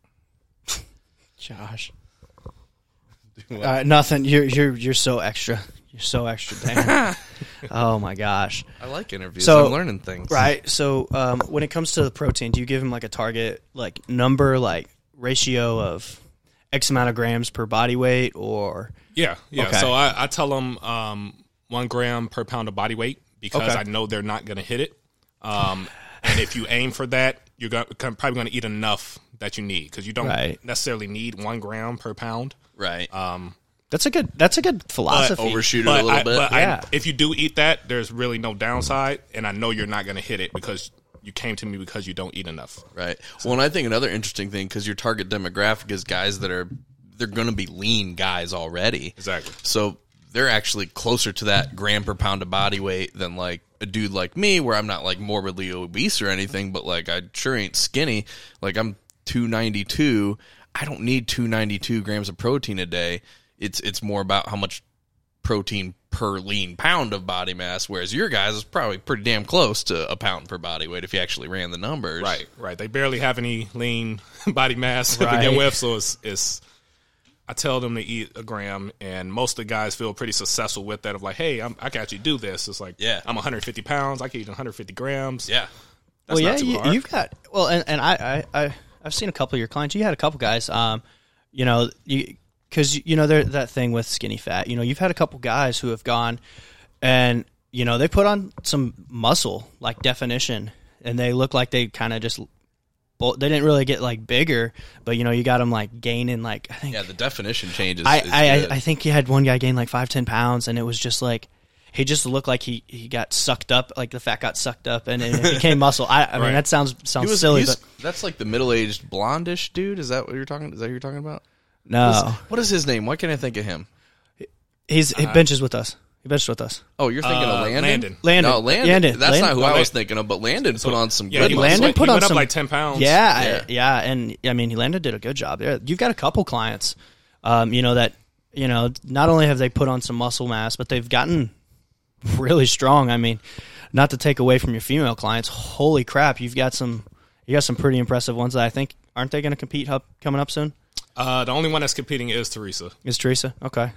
S2: Josh. Uh, nothing. You're you're you're so extra. You're so extra. Dan. oh my gosh.
S1: I like interviews.
S2: So-
S1: I'm learning things.
S2: Right. So um, when it comes to the protein, do you give him like a target, like number, like ratio of X amount of grams per body weight, or
S3: Yeah, yeah.
S2: Okay.
S3: So I, I tell them um, one gram per pound of body weight because
S2: Okay.
S3: I know they're not going to hit it. Um, and if you aim for that, you're going probably going to eat enough that you need because you don't
S2: Right.
S3: necessarily need one gram per pound.
S1: Right.
S2: that's a good that's a good philosophy.
S1: Overshoot it a little
S3: I,
S1: bit.
S3: Um, but I-
S2: Yeah.
S3: if you do eat that, there's really no downside, and I know you're not going to hit it because you came to me because you don't eat enough.
S1: Right. Well, and I think another interesting thing because your target demographic is guys that are they're going to be lean guys already.
S3: Exactly.
S1: So they're actually closer to that gram per pound of body weight than like a dude like me, where I'm not like morbidly obese or anything, but like I sure ain't skinny. Like I'm 292. I don't need 292 grams of protein a day. It's it's more about how much protein per lean pound of body mass, whereas your guys is probably pretty damn close to a pound per body weight if you actually ran the numbers.
S3: Right, right. They barely have any lean body mass to begin
S2: Right.
S3: with, so it's, it's. I tell them to eat a gram, and most of the guys feel pretty successful with that. Of like, hey, I'm, I can actually do this. It's like,
S1: Yeah.
S3: I'm 150 pounds. I can eat 150 grams.
S1: Yeah.
S3: that's
S2: well,
S3: not too
S2: yeah,
S3: hard.
S2: you, have got well, and, and I, I, I, I've seen a couple of your clients. You had a couple guys, um, you know, you because you know there that thing with skinny fat. You know, you've had a couple guys who have gone, and you know they put on some muscle, like definition, and they look like they kind of just. Well, they didn't really get like bigger, but you know you got them like gaining like I think
S1: Yeah, the definition changes.
S2: I,
S1: is
S2: I, I,
S1: good.
S2: I think he had one guy gain like five ten pounds, and it was just like he just looked like he, he got sucked up, like the fat got sucked up, and it became muscle. I, I mean, that sounds
S1: He
S2: sounds
S1: was-
S2: silly,
S1: he's-
S2: but
S1: that's like the middle-aged blondish dude. Is that what you're talking? Is that what you're talking about?
S2: no,
S1: What is his name? Why can't I think of him?
S2: he's he benches with us. He benches with us.
S1: Oh, you're thinking
S3: Uh,
S1: of Landon.
S3: Landon.
S2: Landon.
S1: No, Landon.
S2: Landon.
S1: That's not
S2: Landon.
S1: who I was thinking of. But Landon put on some
S3: yeah,
S1: good. muscle.
S3: he went-
S2: Landon put
S3: he
S2: on
S3: went up
S2: some
S3: like 10 pounds.
S2: Yeah,
S1: Yeah.
S2: yeah, and I mean, he landed did a good job. Yeah, you've got a couple clients, um, you know that you know not only have they put on some muscle mass, but they've gotten really strong. I mean, not to take away from your female clients, holy crap, you've got some you got some pretty impressive ones that I think aren't they going to compete up, coming up soon?
S3: Uh, the only one that's competing is Teresa,
S2: Is Teresa okay?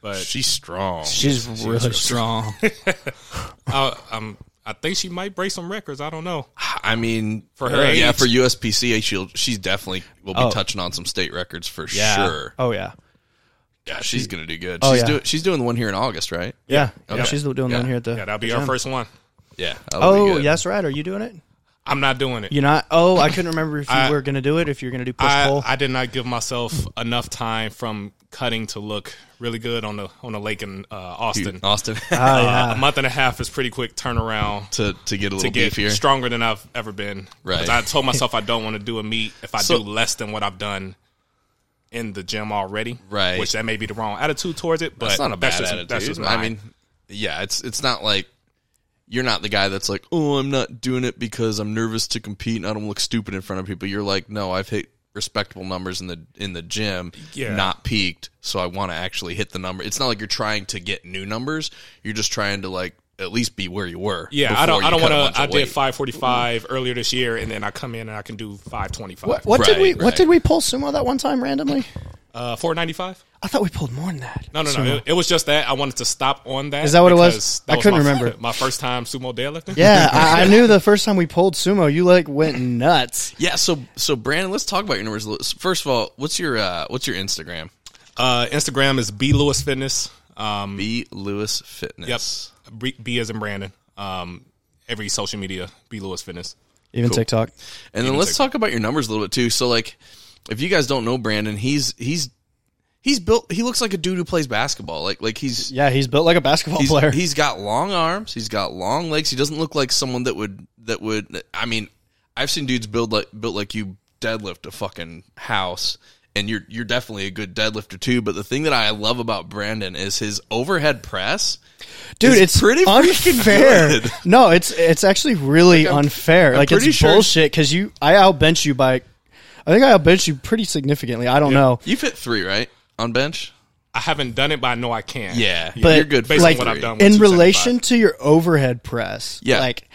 S3: but
S1: She's strong.
S2: She's really strong.
S3: I, um, I think she might break some records. I don't know.
S1: I mean, for
S3: her
S1: yeah,
S3: age.
S1: for USPCA, she'll she's definitely will be
S2: Oh.
S1: touching on some state records for
S2: Yeah.
S1: sure.
S2: Oh yeah.
S1: Yeah, she's gonna do good.
S2: Oh,
S1: she's
S2: yeah.
S1: doing she's doing the one here in August, right?
S2: Yeah.
S1: Okay.
S2: She's doing
S1: Yeah.
S2: one here at the.
S3: Yeah, that'll be
S2: the
S3: our
S2: gym.
S3: first one.
S1: Yeah. that'll be
S2: Oh,
S1: good.
S2: that's right. Are you doing it?
S3: I'm not doing it.
S2: You're not. Oh, I couldn't remember if you
S3: I-
S2: were gonna do it. If you're gonna do push
S3: I,
S2: pull.
S3: I did not give myself enough time from cutting to look really good on the on the lake in uh, Austin.
S1: Austin
S2: Ah,
S3: Uh,
S2: yeah.
S3: a month and a half is pretty quick turnaround
S1: to to get Oh, a
S3: to
S1: little
S3: get
S1: beefier.
S3: stronger than I've ever been. 'Cause
S1: Right.
S3: I told myself I don't want to do a meet if I
S1: So-
S3: do less than what I've done in the gym already.
S1: Right.
S3: Which that may be the wrong attitude towards it, but
S1: That's not a bad
S3: that's just,
S1: attitude.
S3: That's just
S1: I
S3: mine.
S1: mean, yeah, it's it's not like you're not the guy that's like, oh, I'm not doing it because I'm nervous to compete and I don't look stupid in front of people. You're like, no, I've hit respectable numbers in the in the gym,
S3: Yeah.
S1: not peaked, so I want to actually hit the number. It's not like you're trying to get new numbers. You're just trying to like at least be where you were.
S3: yeah,
S1: before
S3: I don't.
S1: you
S3: I don't
S1: cut
S3: want
S1: a
S3: to.
S1: bunch of
S3: I did
S1: weight.
S3: five forty five earlier this year, and then I come in and I can do five twenty five.
S2: what did we
S1: Right,
S2: What
S1: right.
S2: did we pull sumo that one time randomly?
S3: Uh, four ninety five.
S2: I thought we pulled more than that.
S3: No, no, no. It, it was just that I wanted to stop on that.
S2: Is that what it was?
S3: because
S2: I couldn't
S3: my,
S2: remember.
S3: My first time sumo deadlifting.
S2: Yeah, I, I knew the first time we pulled sumo, you like went nuts.
S1: Yeah, so so Brandon, let's talk about your numbers. Let's- First of all, what's your uh, what's your Instagram?
S3: Uh, Instagram is B Lewis Fitness. Um,
S1: B Lewis
S3: yep.
S1: Fitness.
S3: B, B as in Brandon. Um, every social media, B Lewis Fitness.
S2: Even TikTok.
S1: And then let's talk about your numbers a little bit too. So like if you guys don't know Brandon, he's he's he's built he looks like a dude who plays basketball. Like like he's
S2: Yeah, he's built like a basketball
S1: he's,
S2: player.
S1: he's got long arms, he's got long legs. He doesn't look like someone that would that would I mean, I've seen dudes build like built like you deadlift a fucking house. And you're you're definitely a good deadlifter too, but the thing that I love about Brandon is his overhead press.
S2: Dude,
S1: is
S2: it's
S1: pretty freaking
S2: unfair.
S1: good.
S2: No, it's it's actually really
S1: I'm-
S2: unfair.
S1: I'm
S2: like
S1: pretty
S2: it's
S1: sure-
S2: bullshit because you, I outbench you by, I think I outbench you pretty significantly. I don't know,
S1: You fit three, right? On bench?
S3: I haven't done it, but I know I can.
S2: but
S1: you're good.
S3: Based
S1: For
S3: on
S2: like
S3: what I've
S1: three.
S3: done. with
S2: in
S3: 275.
S2: relation to your overhead press,
S1: Yeah.
S2: like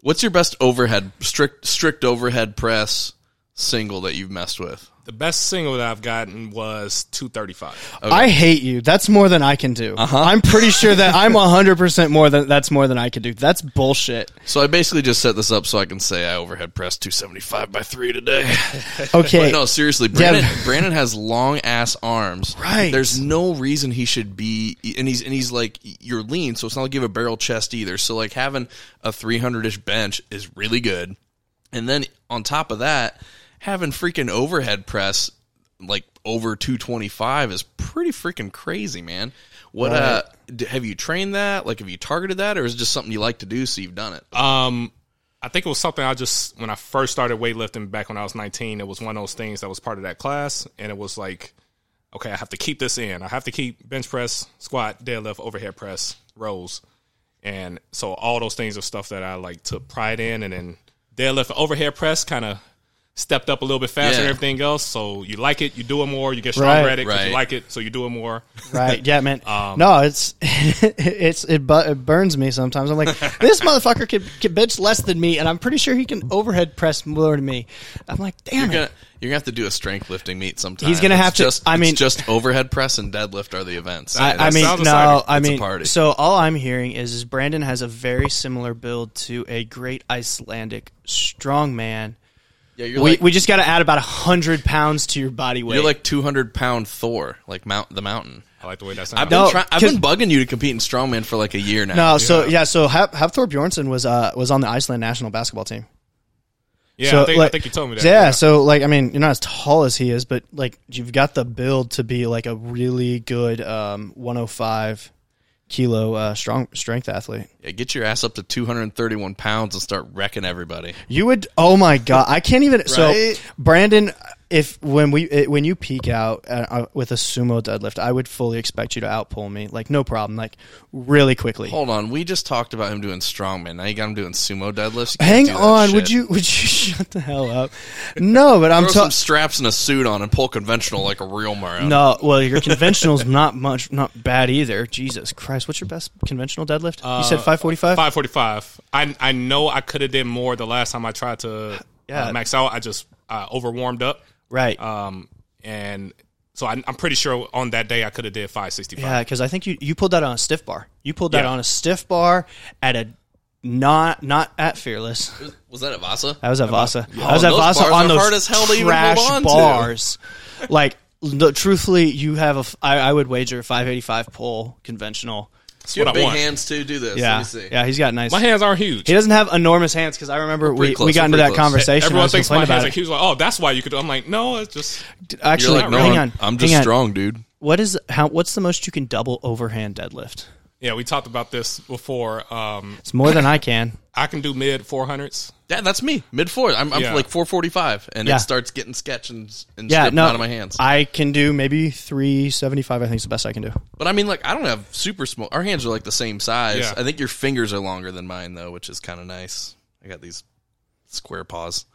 S1: What's your best overhead strict strict overhead press single that you've messed with?
S3: The best single that I've gotten was 235.
S2: I hate you. That's more than I can do.
S1: Uh-huh.
S2: I'm pretty sure that I'm 100 percent more than that's more than I can do. That's bullshit.
S1: So I basically just set this up so I can say I overhead pressed 275 by 3 today.
S2: Okay,
S1: no, seriously, Brandon Brandon has long ass arms.
S2: Right.
S1: There's no reason he should be and he's and he's like you're lean, so it's not like you have a barrel chest either. So like having a 300-ish bench is really good. And then on top of that, having freaking overhead press like over 225 is pretty freaking crazy, man. What uh d- have you trained that? Like have you targeted that or is it just something you like to do so you've done it?
S3: Um, I think it was something I just when I first started weightlifting back when I was 19. It was one of those things that was part of that class, and it was like, okay, I have to keep this in. I have to keep bench press, squat, deadlift, overhead press, rows, and so all those things are stuff that I like took pride in, and then deadlift, and overhead press, kind of. Stepped up a little bit faster than
S1: Yeah.
S3: everything else, so you like it, you do it more, you get stronger
S2: Right.
S3: at it, 'cause
S1: Right.
S3: you like it, so you do it more.
S2: Right. Yeah, man.
S1: um,
S2: no, it's it's it, bu- it burns me sometimes. I'm like, this motherfucker can, can bench less than me, and I'm pretty sure he can overhead press more than me. I'm like,
S1: You're
S2: damn it.
S1: gonna, you're gonna have to do a strength lifting meet sometime.
S2: He's gonna
S1: It's
S2: have to-
S1: Just,
S2: I
S1: it's
S2: mean-
S1: just overhead press and deadlift are the events.
S2: I, I
S1: That's-
S2: mean, no,
S3: sounds exciting.
S2: I
S1: It's a
S2: mean,
S1: party.
S2: so all I'm hearing is, is Brandon has a very similar build to a great Icelandic strongman.
S1: yeah, you're
S2: We,
S1: like
S2: we just got to add about hundred pounds to your body weight.
S1: you're like 200 pound Thor, like Mount the Mountain.
S3: I like the way that sounds.
S1: I've been,
S2: No,
S1: try- I've been bugging you to compete in strongman for like a year now.
S2: no, so yeah, so Hap, Hapthor Bjornsson was uh was on the Iceland national basketball team.
S3: yeah,
S2: So,
S3: I, think, I
S2: like-
S3: think you told me that.
S2: Yeah, so like I mean, you're not as tall as he is, but like you've got the build to be like a really good um, 105 kilo uh, strong strength athlete.
S1: Yeah, get your ass up to 231 pounds and start wrecking everybody.
S2: You would oh my god, I can't even so
S1: Right?
S2: Brandon if when we it, when you peak out uh, uh, with a sumo deadlift, I would fully expect you to outpull me like no problem, like really quickly.
S1: Hold on, we just talked about him doing strongman. Now you got him doing sumo deadlifts. You can't
S2: Hang
S1: do that
S2: on,
S1: shit.
S2: would you would you shut the hell up? No, but I'm
S1: throw
S2: talking
S1: some straps and a suit on and pull conventional like a real Mario?
S2: No, well, your conventional's not much, not bad either. Jesus Christ, what's your best conventional deadlift? you
S1: Uh,
S2: said five forty-five.
S3: Five forty five. I I know I could have did more the last time I tried to
S2: Yeah.
S3: uh, max out. I just uh, overwarmed up,
S2: right?
S1: Uh,
S3: um, and so I, I'm pretty sure on that day I could have did five sixty five.
S2: yeah, because I think you you pulled that on a stiff bar. You pulled that
S3: Yeah.
S2: on a stiff bar at a not not at fearless.
S1: Was that at Vasa?
S2: I was at Vasa. I was
S1: Oh,
S2: at
S1: those
S2: Vasa
S1: bars
S2: on
S1: are
S2: those
S1: hard as hell to even
S2: trash
S1: hold on to.
S2: bars. like, no, truthfully, you have a. f- I, I would wager a five eighty-five pull conventional
S3: That's
S1: You
S3: what
S1: have
S3: I
S1: big
S3: want.
S1: hands too. Do this. Let
S2: Yeah,
S1: me see.
S2: yeah, he's got nice.
S3: My hands aren't huge.
S2: He doesn't have enormous hands because I remember we,
S1: close,
S2: we got
S1: we're
S2: into
S1: pretty
S2: that
S1: close.
S2: conversation. and I
S3: Everyone
S2: was
S3: thinks my
S2: complaining
S3: hands
S2: about
S3: are
S2: it.
S3: huge. Like, oh, that's why you could. do-" I'm like, no, it's just
S1: You're
S2: Actually,
S1: like, no,
S2: hang
S1: I'm,
S2: on.
S1: I'm just
S2: hang on.
S1: strong, dude.
S2: What is how? What's the most you can double overhand deadlift?
S3: yeah. We talked about this before. Um,
S2: It's more than I can.
S3: I can do mid 400s.
S1: Yeah, that's me. Mid four. I'm, I'm
S3: Yeah.
S1: like 445, and
S2: Yeah.
S1: it starts getting sketch and, and
S2: Yeah,
S1: stripped
S2: no,
S1: out of my hands.
S2: I can do maybe three seventy five. I think is the best I can do.
S1: but I mean, like, I don't have super small. Our hands are like the same size.
S3: Yeah.
S1: I think your fingers are longer than mine, though, which is kind of nice. I got these square paws.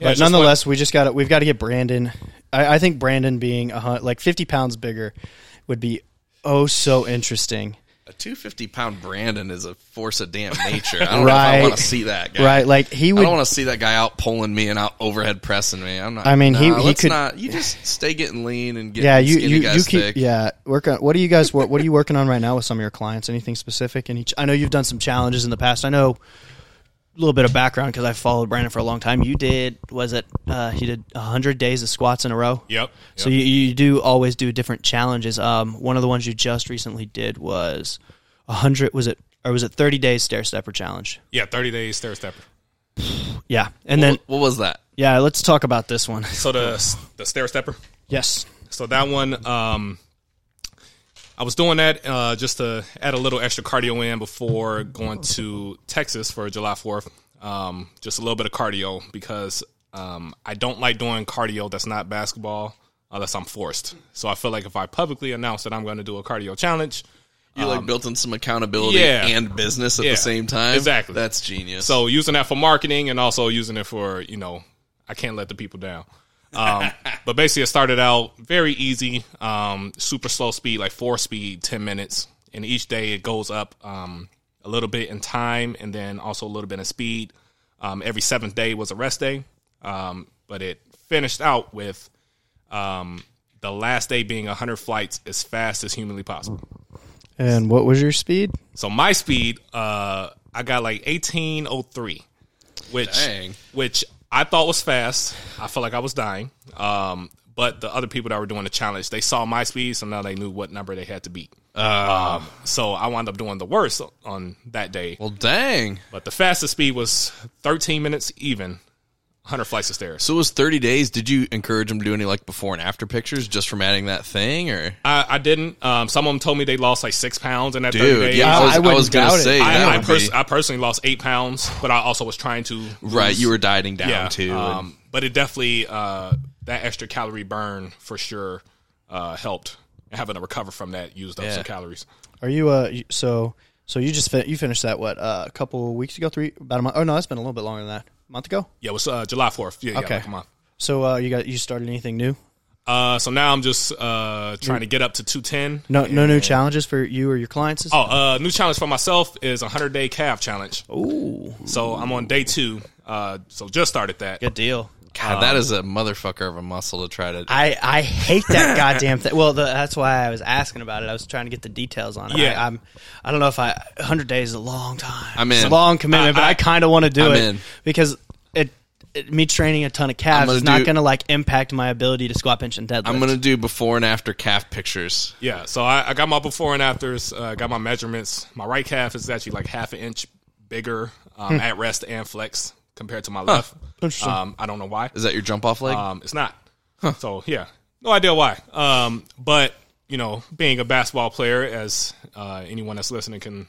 S3: Yeah,
S2: but
S3: just like-
S2: nonetheless, we just got to we've got to get Brandon. I, I think Brandon being a hun- like fifty pounds bigger would be oh so interesting,
S1: A 250 pound Brandon is a force of damn nature. I don't know if I
S2: Right.
S1: want to see that guy.
S2: right? Like he
S1: I
S2: would.
S1: don't want to see that guy out pulling me and out overhead pressing me. I'm not.
S2: I mean, he-
S1: nah,
S2: he
S1: let's
S2: could-
S1: Not, you just stay getting lean and getting
S2: yeah, you
S1: skinny
S2: you,
S1: guys
S2: you keep
S1: thick.
S2: yeah. Work on what are you guys what, what are you working on right now with some of your clients? Anything specific? Any? ch- I know you've done some challenges in the past. I know a little bit of background because I followed Brandon for a long time. You did was it? Uh, he did hundred days of squats in a row.
S3: Yep.
S2: So you, you do always do different challenges. Um, one of the ones you just recently did was a hundred. Was it or was it thirty days stair stepper challenge?
S3: yeah, 30 days stair stepper.
S2: Yeah, and then
S1: What, what was that?
S2: yeah, let's talk about this one.
S3: So the the stair stepper.
S2: yes,
S3: So that one, um, I was doing that uh, just to add a little extra cardio in before going to Texas for July 4th. Um, just a little bit of cardio because um, I don't like doing cardio that's not basketball unless I'm forced. So I feel like if I publicly announce that I'm going to do a cardio challenge,
S1: You like built in some accountability
S3: Um, yeah.
S1: and business at
S3: Yeah,
S1: the same time.
S3: exactly.
S1: That's genius.
S3: so using that for marketing and also using it for you know i can't let the people down um, but basically it started out very easy um, super slow speed like four speed 10 minutes and each day it goes up um, a little bit in time and then also a little bit in speed um, every seventh day was a rest day um, but it finished out with um, the last day being 100 flights as fast as humanly possible
S2: and what was your speed?
S3: so my speed, uh, I got like eighteen oh three, which
S1: Dang.
S3: which I thought was fast. I felt like I was dying. Um, but the other people that were doing the challenge, they saw my speed, so now they knew what number they had to beat.
S1: Ah.
S3: um, so I wound up doing the worst on that day.
S1: well, dang.
S3: But the fastest speed was thirteen minutes even, hundred flights of stairs.
S1: So it was 30 days. Did you encourage them to do any like before and after pictures just from adding that thing or?
S3: I, I didn't. Um, some of them told me they lost like six pounds in that thirty
S1: Dude,
S3: days.
S1: yeah,
S2: I
S1: I was, I
S2: wouldn't
S1: was gonna
S2: doubt it.
S1: say that
S3: I, I,
S1: would
S3: pers-
S1: be-
S3: I personally lost eight pounds, but I also was trying to
S1: right. You were dieting down too. and-
S3: Um, but it definitely uh, that extra calorie burn for sure uh, helped. And having to recover from that used up
S1: Yeah.
S3: some calories.
S2: Are you uh you- so so you just fin- you finished that what uh, a couple of weeks ago three about a month oh no that's been a little bit longer than that a month ago
S3: Yeah, it was uh, July fourth. Yeah,
S2: Okay.
S3: yeah, like a month.
S2: so uh, you got you started anything new
S3: Uh, so now I'm just uh, trying to get up to two ten.
S2: no no new challenges for you or your clients
S3: Oh, uh, new challenge for myself is a hundred day calf challenge.
S2: Ooh,
S3: So I'm on day two. Uh, so just started that.
S2: good deal
S3: um,
S1: God, that is a motherfucker of a muscle to try to.
S2: I, I hate that goddamn thing. Well, the, that's why I was asking about it. I was trying to get the details on it.
S3: Yeah.
S2: I, I'm I don't know if I 100 days is a long time.
S1: I'm
S2: It's a
S1: in.
S2: long commitment,
S3: I-
S2: but I,
S3: I-
S2: kind of want to do
S1: I'm
S2: it
S1: in.
S2: because it, it me training a ton of calves
S1: gonna
S2: is not
S1: do-
S2: going to like impact my ability to squat, bench, and deadlift.
S1: I'm gonna do before and after calf pictures.
S3: Yeah, so I, I got my before and afters. Uh, got my measurements. My right calf is actually like half an inch bigger um, at rest and flex compared to my left.
S2: Hmm. Interesting.
S3: Um, I don't know why.
S1: Is that your jump off leg?
S3: Um, it's not. So yeah, no idea why. Um, but you know, being a basketball player, as uh, anyone that's listening can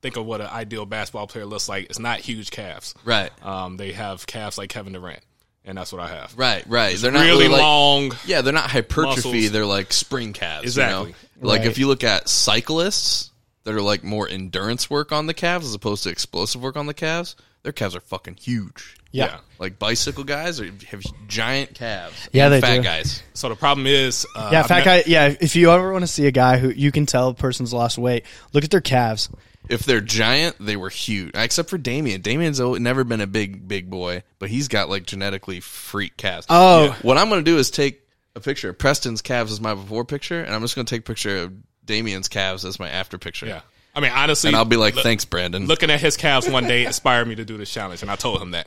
S3: think of what an ideal basketball player looks like, it's not huge calves.
S1: right.
S3: Um, they have calves like Kevin Durant, and that's what I have.
S1: Right. Right. They're not
S3: Really
S1: really, like,
S3: long.
S1: Yeah, they're not hypertrophy.
S3: muscles.
S1: They're like spring calves.
S3: Exactly.
S1: You know? Like
S2: Right.
S1: if you look at cyclists that are like more endurance work on the calves as opposed to explosive work on the calves, their calves are fucking huge.
S2: yeah.
S3: yeah.
S1: Like bicycle guys are, have giant calves.
S2: Yeah,
S1: And
S2: they
S1: fat
S2: do.
S1: guys.
S3: So the problem is, uh,
S2: Yeah,
S3: I've
S2: fat
S3: ne-
S2: guy. Yeah, if you ever want to see a guy who you can tell a person's lost weight, look at their calves.
S1: If they're giant, they were huge. Except for Damien. Damien's al- never been a big big boy, but he's got like genetically freak calves.
S2: Oh.
S1: What I'm going to do is take a picture of Preston's calves as my before picture, and I'm just going to take a picture of Damien's calves as my after picture.
S3: Yeah. I mean, honestly,
S1: And I'll be like, thanks, Brandon.
S3: looking at his calves one day inspired me to do this challenge, and I told him that.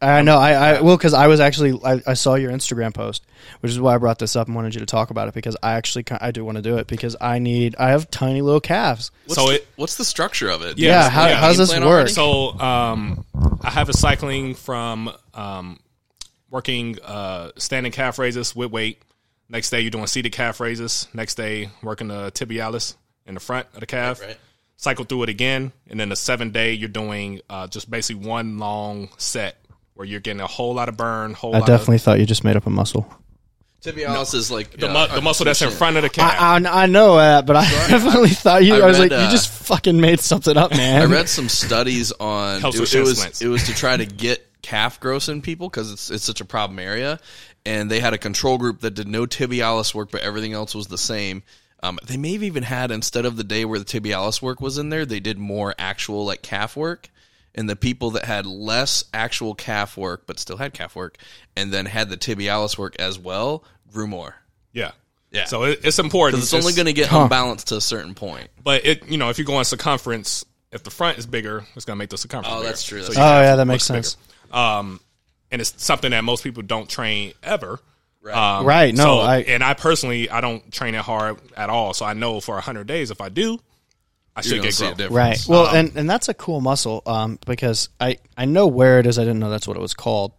S2: I know. I, I well, because I was actually I, I saw your Instagram post, which is why I brought this up and wanted you to talk about it because I actually ki- I do want to do it because I need I have tiny little calves.
S1: What's
S3: So
S1: the,
S3: it-
S1: what's the structure of it?
S2: Yeah,
S3: Yeah,
S2: how,
S3: yeah.
S2: how's
S1: Game
S2: this
S1: plan
S2: work?
S1: already?
S3: So um, I have a cycling from um, working uh, standing calf raises with weight. Next day, you're doing seated calf raises. Next day, working the tibialis in the front of the calf.
S1: Right, right.
S3: Cycle through it again, and then the seventh day, you're doing uh, just basically one long set where you're getting a whole lot of burn. Whole
S2: I
S3: lot
S2: definitely thought you just made up a muscle.
S1: Tibialis is like
S3: of the, mu- the muscle that's in front of the calf.
S2: I, I, I know that, but I definitely thought you. I,
S1: I
S2: was
S1: read,
S2: like, you
S1: uh,
S2: just fucking made something up, man.
S1: I read some studies on
S3: Helps
S1: it,
S3: with
S1: it
S3: transplants.
S1: was it was to try to get calf growth in people because it's it's such a problem area, and they had a control group that did no tibialis work, but everything else was the same. Um, they may have even had instead of the day where the tibialis work was in there, they did more actual like calf work, and the people that had less actual calf work but still had calf work, and then had the tibialis work as well, grew more.
S3: yeah,
S1: Yeah.
S3: So it, it's important.
S1: It's only
S3: It's-
S1: going to get unbalanced to a certain point.
S3: But it, you know, if you go on circumference, if the front is bigger, it's going to make the circumference.
S1: Oh,
S3: bigger.
S1: that's true.
S3: So
S1: That's
S3: you
S2: oh yeah, that makes
S3: looks
S2: sense.
S3: and it's something that most people don't train ever.
S1: Right.
S3: Um,
S2: Right, no,
S3: so-
S2: I-
S3: and I personally I don't train it hard at all. So I know for hundred days if I do, I
S1: You're
S3: should
S1: going to
S3: get
S1: see a
S3: growth.
S1: difference.
S2: Right. Well, and and that's a cool muscle um, because I I know where it is. I didn't know that's what it was called,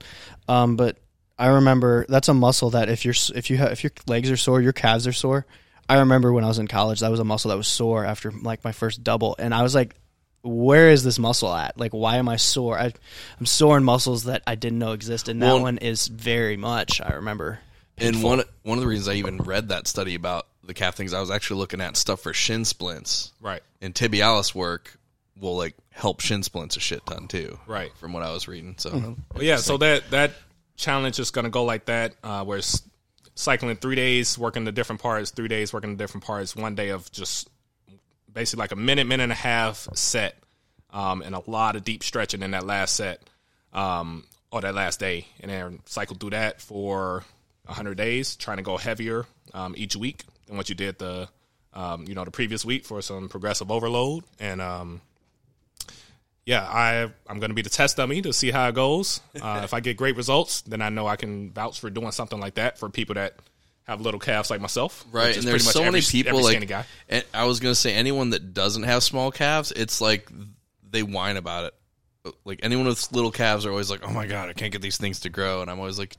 S2: um, but I remember that's a muscle that if you're s- if you have if your legs are sore, your calves are sore. I remember when I was in college, that was a muscle that was sore after like my first double, and I was like, "Where is this muscle at? Like, why am I sore? I, I'm sore in muscles that I didn't know existed. And that
S1: Well-
S2: one is very much. I remember.
S1: And one one of the reasons I even read that study about the calf things, I was actually looking at stuff for shin splints.
S3: Right.
S1: And tibialis work will like help shin splints a shit ton too.
S3: Right.
S1: From what I was reading. So
S3: But yeah, so that that challenge is going to go like that, uh, where it's cycling three days, working the different parts, three days working the different parts, one day of just basically like a minute, minute and a half set, um, and a lot of deep stretching in that last set, um, or that last day, and then cycle through that for hundred days, trying to go heavier um, each week than what you did the um, you know the previous week for some progressive overload and. Um, yeah, I I'm going to be the test dummy to see how it goes. Uh, if I get great results, then I know I can vouch for doing something like that for people that have little calves like myself. which
S1: Right.
S3: is
S1: And there's
S3: pretty much
S1: so
S3: every-
S1: many people
S3: every
S1: like
S3: standing guy.
S1: and I was gonna say anyone that doesn't have small calves, it's like they whine about it. Like anyone with little calves are always like, Oh my god, I can't get these things to grow and I'm always like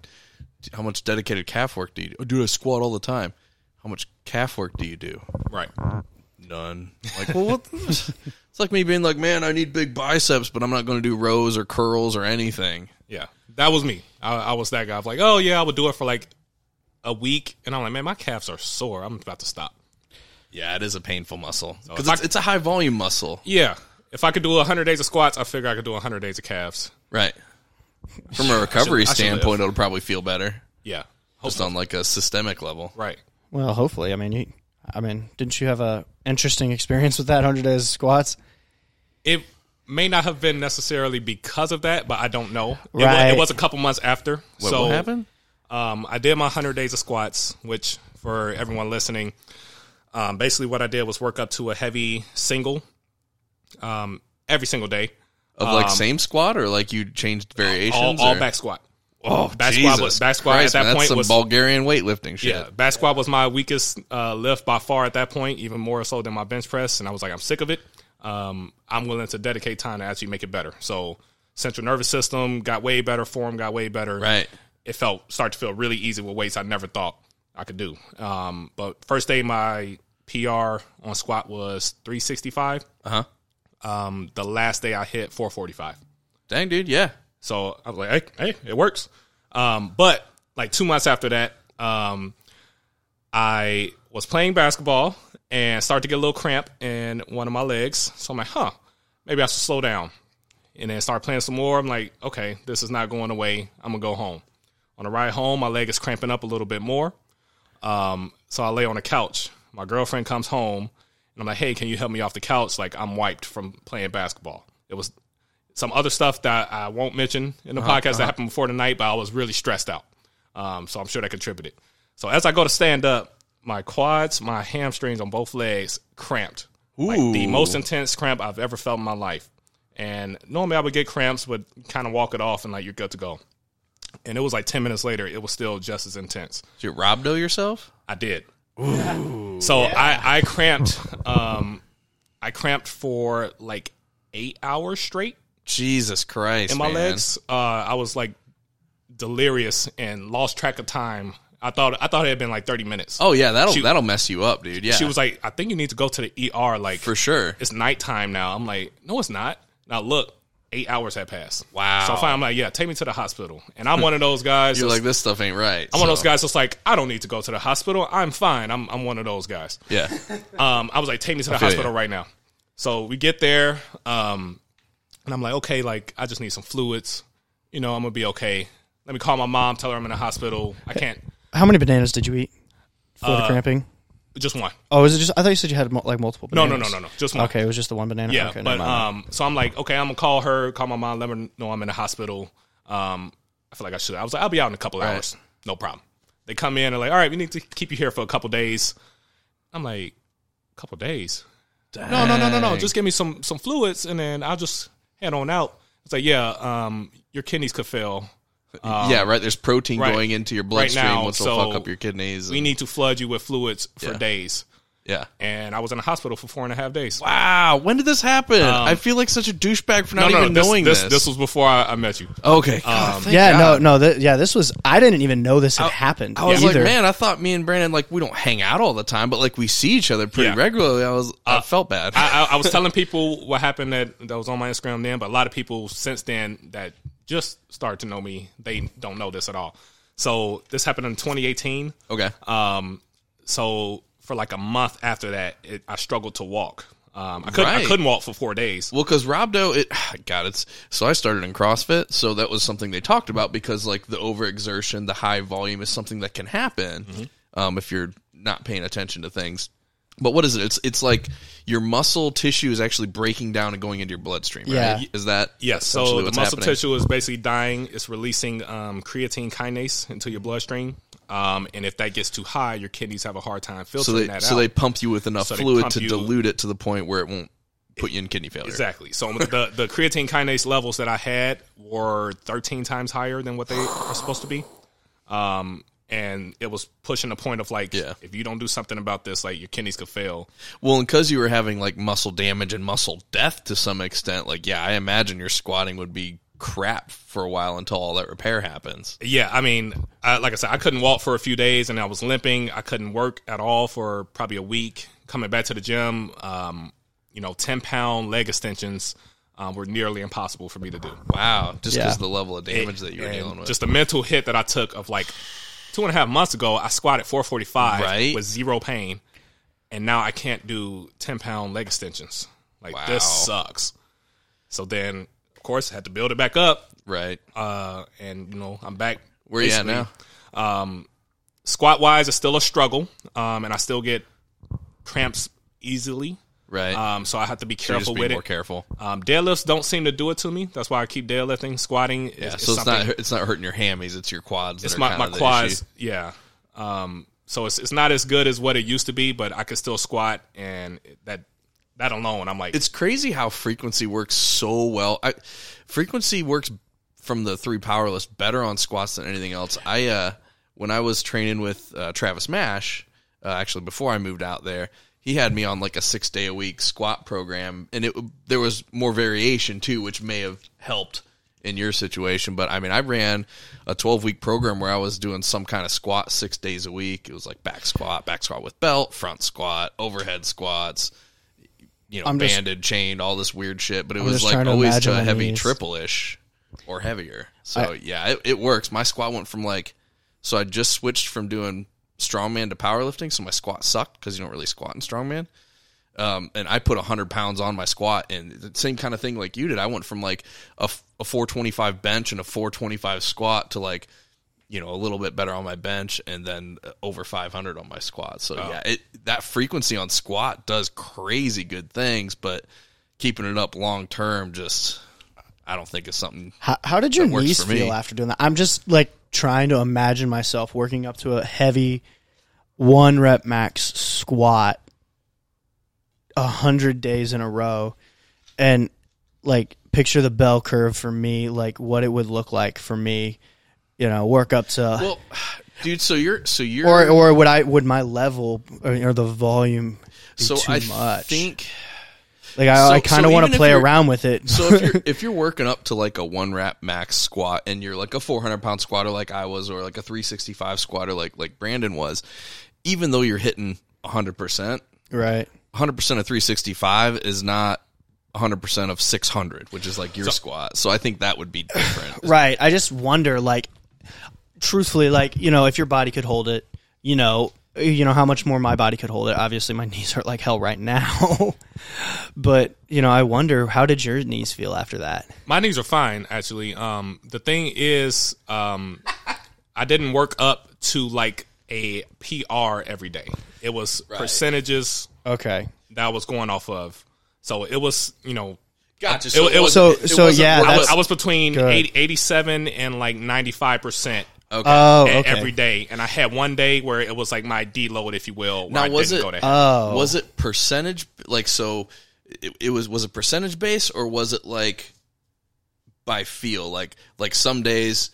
S1: how much dedicated calf work do you do? Oh, dude, I squat all the time. How much calf work do you do?
S3: right.
S1: None. Like, well, what? it's like me being like, man, I need big biceps, but I'm not going to do rows or curls or anything.
S3: Yeah, that was me. I, I was that guy. I'm like, oh yeah, I would do it for like a week, and I'm like, man, my calves are sore. I'm about to stop.
S1: Yeah, it is a painful muscle because
S3: if I-
S1: it's, it's a high volume muscle,
S3: Yeah, if I could do 100 days of squats, I figure I could do 100 days of calves.
S1: right? From a recovery
S3: I should
S1: standpoint, it'll probably feel better
S3: Yeah,
S1: just on like a systemic level.
S3: right.
S2: Well, hopefully. I mean, you, I mean, didn't you have a interesting experience with that hundred days of squats?
S3: it may not have been necessarily because of that, but I don't know. It, wa-
S2: Right.
S3: it was, a couple months after.
S1: What,
S3: so
S1: what happened?
S3: Um, I did my 100 days of squats, which for everyone listening, um, basically what I did was work up to a heavy single um, every single day.
S1: Of like same squat or like you changed variations?
S3: All, all
S1: or-
S3: back squat.
S1: Oh,
S3: back squat
S1: Jesus
S3: was- back squat at
S1: Christ,
S3: that
S1: man, that's
S3: point
S1: some
S3: was-
S1: Bulgarian weightlifting shit.
S3: Yeah, back squat was my weakest uh, lift by far at that point, even more so than my bench press. And I was like, I'm sick of it. Um, I'm willing to dedicate time to actually make it better. So central nervous system got way better, form got way better.
S1: Right.
S3: It felt started to feel really easy with weights I never thought I could do. Um, but first day my PR on squat was 365.
S1: Uh huh.
S3: Um, the last day I hit 445.
S1: Dang, dude. Yeah.
S3: So I was like, hey, hey, it works. Um, but like two months after that, um, I was playing basketball and started to get a little cramp in one of my legs. So I'm like, huh, maybe I should slow down. And then start playing some more. I'm like, okay, this is not going away. I'm gonna go home. On the ride home, my leg is cramping up a little bit more. Um, so I lay on the couch. My girlfriend comes home, and I'm like, hey, can you help me off the couch? Like I'm wiped from playing basketball. It was some other stuff that I won't mention in the podcast that happened before tonight, but I was really stressed out. Um, so I'm sure that contributed. So as I go to stand up, my quads, my hamstrings on both legs cramped. like the most intense cramp I've ever felt in my life. And normally I would get cramps, but kind of walk it off and like you're good to go. And it was like ten minutes later, it was still just as intense.
S1: Did you robdo yourself?
S3: I did. So I, I cramped. Um, I cramped for like eight hours straight
S1: Jesus Christ.
S3: in my
S1: man.
S3: legs. Uh, I was like delirious and lost track of time. I thought I thought it had been like thirty minutes.
S1: Oh yeah, that'll that'll mess you up, dude. Yeah.
S3: She was like, "I think you need to go to the ER." Like
S1: for sure.
S3: it's nighttime now. I'm like, no, it's not. Now look, eight hours had passed.
S1: Wow.
S3: So finally, I'm like, yeah, take me to the hospital. And I'm one of those guys.
S1: You're
S3: that's-
S1: like this stuff ain't right.
S3: I'm one of
S1: so-
S3: those guys that's like, I don't need to go to the hospital. I'm fine. I'm I'm one of those guys.
S1: Yeah.
S3: Um, I was like, take me to the
S1: feel
S3: hospital
S1: you.
S3: right now. So we get there, um, and I'm like, okay, like I just need some fluids. You know, I'm gonna be okay. Let me call my mom, tell her I'm in the hospital. I can't.
S2: How many bananas did you eat for the cramping?
S3: Just one.
S2: Oh, is it just? I thought you said you had mul- like multiple.
S3: No,
S2: Bananas.
S3: no, no, no, no. Just one.
S2: Okay, it was just the one banana.
S3: Yeah,
S2: okay, never
S3: but
S2: mind.
S3: um, so I'm like, okay, I'm gonna call her, call my mom, let her know I'm in the hospital. Um, I feel like I should. I was like, I'll be out in a couple hours, no problem. They come in, they're like, all right, we need to keep you here for a couple days. I'm like, couple days? No, no, no, no, no. Just give me some some fluids, and then I'll just head on out. It's like, yeah, um, your kidneys could fail.
S1: yeah, right. There's protein
S3: Um, right.
S1: going into your bloodstream,
S3: now,
S1: which will
S3: so
S1: fuck up your kidneys.
S3: We
S1: and-
S3: need to flood you with fluids for
S1: Yeah.
S3: days.
S1: yeah.
S3: And I was in the hospital for four and a half days.
S1: Wow, when did this happen? I feel like such a douchebag for not even
S3: Um, this,
S1: knowing
S3: this,
S1: this.
S3: this was Um, before I, I met you.
S1: okay. God, thank
S2: yeah,
S1: God.
S2: no, no. Th- yeah, this was. I didn't even know this had happened.
S1: I was like,
S2: either.
S1: man, I thought me and Brandon like we don't hang out all the time, but like we see each other pretty
S3: Yeah. Uh,
S1: regularly. I was, I felt bad.
S3: I, I, I was telling people what happened that that was on my Instagram then, but a lot of people since then that just started to know me, they don't know this at all. So this happened in 2018.
S1: okay,
S3: Um, so for like a month after that, it, I struggled to walk. Um, I couldn't I
S1: Right.
S3: couldn't walk for four days.
S1: Well, because Robdo, it God, it's so I started in CrossFit, so that was something they talked about because like the overexertion, the high volume is something that can happen
S3: Mm-hmm.
S1: um, if you're not paying attention to things. But what is it? It's it's like your muscle tissue is actually breaking down and going into your bloodstream. Right?
S2: Yeah.
S1: is that
S3: Yes, so
S1: essentially
S3: the
S1: what's
S3: muscle
S1: happening?
S3: tissue is basically dying. It's releasing um, creatine kinase into your bloodstream, um, and if that gets too high, your kidneys have a hard time
S1: So they
S3: filtering that
S1: so
S3: out.
S1: they pump you with enough
S3: So they
S1: fluid
S3: pump
S1: to
S3: you-
S1: dilute it to the point where it won't put you in kidney failure.
S3: Exactly. So the the creatine kinase levels that I had were 13 times higher than what they are supposed to be. Um, and it was pushing the point of like,
S1: Yeah.
S3: if you don't do something about this, like your kidneys could fail.
S1: Well, and because you were having like muscle damage and muscle death to some extent, like yeah, I imagine your squatting would be crap for a while until all that repair happens.
S3: Yeah, I mean, I, like I said, I couldn't walk for a few days, and I was limping. I couldn't work at all for probably a week. Coming back to the gym, um, you know, 10 pound leg extensions um, were nearly impossible for me to do.
S1: Wow, just
S2: Yeah.
S1: because the level of damage that you were
S3: and
S1: dealing with.
S3: Just the mental hit that I took of like two and a half months ago, I squatted 445
S1: Right.
S3: with zero pain, and now I can't do 10 pound leg extensions. Like
S1: Wow.
S3: this sucks. So then, of course, had to build it back up,
S1: right.
S3: uh, and you know I'm back.
S1: Where you at
S3: basically.
S1: now?
S3: Squat wise, it's still a struggle, um, and I still get cramps easily.
S1: Right.
S3: Um, so I have to be
S1: You're
S3: careful
S1: just being
S3: with
S1: more
S3: it.
S1: careful.
S3: Um, deadlifts don't seem to do it to me. That's why I keep deadlifting. Squatting is,
S1: Yeah,
S3: is
S1: so it's
S3: something
S1: not it's not hurting your hammies. It's your quads.
S3: it's
S1: that are
S3: my,
S1: kinda
S3: my
S1: the
S3: quads.
S1: issue.
S3: Yeah. Um, so it's, it's not as good as what it used to be, but I can still squat and that that alone I'm like
S1: It's crazy how frequency works so well. I, frequency works from the three powerless better on squats than anything else. I uh, when I was training with uh, Travis Mash, uh, actually before I moved out there, he had me on like a six day a week squat program, and it there was more variation too, which may have helped in your situation. But I mean, I ran a 12 week program where I was doing some kind of squat six days a week. It was like back squat, back squat with belt, front squat, overhead squats, you know,
S2: I'm just-
S1: banded, chained, all this weird shit. But it
S2: just
S1: was like
S2: trying to
S1: always to
S2: imagine
S1: a
S2: when
S1: heavy
S2: he's-
S1: triple ish or heavier. So yeah, it, it works. My squat went from like, so I just switched from doing strongman to powerlifting. So my squat sucked because you don't really squat in strongman um, and I put 100 pounds on my squat, and the same kind of thing like you did. I went from like a, f- a 425 bench and a 425 squat to like, you know, a little bit better on my bench and then uh, over 500 on my squat. So, yeah, it, that frequency on squat does crazy good things, but keeping it up long term just, I don't think is something.
S2: How, how did your
S1: works
S2: knees
S1: for me.
S2: feel after doing that? I'm just like trying to imagine myself working up to a heavy one rep max squat a hundred days in a row, and like picture the bell curve for me, like what it would look like for me, you know, work up to
S1: Well, dude, so you're so you're
S2: or or would I would my level or, or the volume be
S1: so
S2: too
S1: I
S2: much?
S1: think
S2: like I,
S1: so-
S2: I kind of
S1: so
S2: want
S1: even
S2: to
S1: if
S2: play
S1: you're-
S2: around with it.
S1: So if you're if you're working up to like a one rep max squat and you're like a 400 pound squatter like I was or like a 365 squatter like like Brandon was, even though you're hitting 100 percent,
S2: right.
S1: 100 percent of 365 is not 100 percent of 600, which is like your squat. So I think that would be different.
S2: Right. I just wonder, like, truthfully, like, you know, if your body could hold it, you know, you know how much more my body could hold it. Obviously, my knees hurt like hell right now. but, you know, I wonder, how did your knees feel after that?
S3: My knees are fine, actually. Um, the thing is, um, I didn't work up to like a PR every day. It was percentages
S2: Okay.
S3: that I was going off of. So it was, you know,
S1: Gotcha.
S3: So it was-
S2: So, so
S1: wasn't
S2: yeah,
S1: worth
S3: I
S2: that's,
S3: was, I was between
S2: Good.
S3: 80, 87 and like 95%
S1: Okay.
S2: oh,
S3: e-
S2: okay.
S3: every day. And I had one day where it was like my deload, if you will, where
S1: Now,
S3: I
S1: was
S3: didn't
S1: it-
S3: go to
S2: oh,
S1: was it percentage like so it, it was was it percentage based or was it like by feel like like some days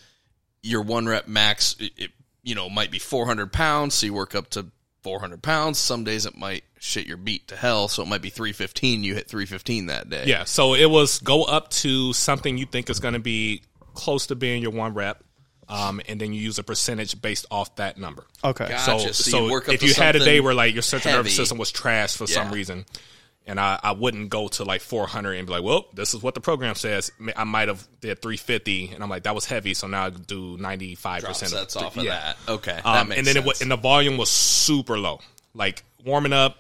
S1: your one rep max it, it you know might be 400 pounds so you work up to 400 pounds some days it might shit your beat to hell so it might be 315 you hit 315 that day
S3: Yeah, so it was go up to something you think is going to be close to being your one rep, um, and then you use a percentage based off that number.
S2: okay.
S1: God.
S3: So,
S1: Gotcha, so
S3: so,
S1: you work up
S3: if
S1: to
S3: you had a day
S1: something
S3: where like your central nervous
S1: heavy.
S3: system was trash for some
S1: Yeah.
S3: reason, and I, I wouldn't go to like 400 and be like, well, this is what the program says. Ma- I might have did 350, and I'm like, that was heavy, so now I do 95 percent.
S1: Oh, so that's off of that okay that
S3: Um,
S1: makes
S3: and then it
S1: sense.
S3: was, and the volume was super low, like warming up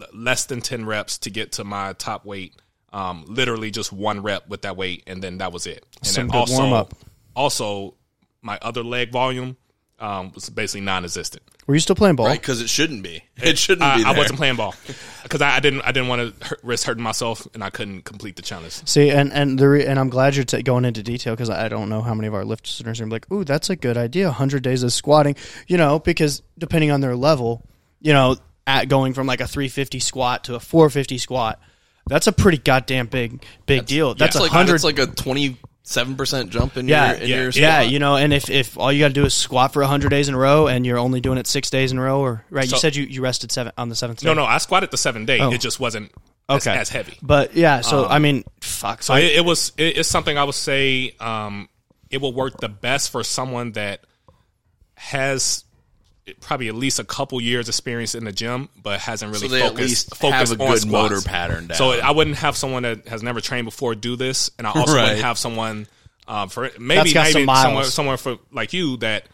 S3: l- less than ten reps to get to my top weight. Um, literally just one rep with that weight, and then that was it. And
S2: Some
S3: then
S2: good warm-up.
S3: Also, my other leg volume um, was basically non-existent.
S2: Were you still playing ball?
S1: right because it shouldn't be it shouldn't be
S3: I, I
S1: there.
S3: wasn't playing ball because I, I didn't. I didn't want to risk hurting myself, and I couldn't complete the challenge.
S2: See, and and the re- and I'm glad you're t- going into detail because I don't know how many of our listeners are gonna be like, "Ooh, that's a good idea." 100 days of squatting, you know, because depending on their level, you know, at going from like a 350 squat to a 450 squat, that's a pretty goddamn big big deal. That's
S1: it's
S2: a
S1: like
S2: hundred.
S1: it's like a 27% jump in your
S2: yeah,
S1: in
S2: yeah,
S1: your
S2: yeah,
S1: squat.
S2: you know, and if, if all you got to do is squat for 100 days in a row and you're only doing it six days in a row, or right, you
S3: So-
S2: said you, you rested seven on the seventh day.
S3: No, no, I squatted the seven day. It just wasn't as-
S2: Oh. Okay.
S3: as, heavy.
S2: But yeah, so
S3: Uh,
S2: I mean, fuck.
S3: So it, it was. It, it's something I would say. Um, it will work the best for someone that has probably at least a couple years experience in the gym, but hasn't really
S1: So they at
S3: focused,
S1: least
S3: focused
S1: have a
S3: on
S1: good
S3: squats.
S1: motor pattern down.
S3: So I wouldn't have someone that has never trained before do this, and I also
S1: Right.
S3: wouldn't have someone um, for maybe
S2: got some
S3: maybe
S2: miles.
S3: someone someone for like you that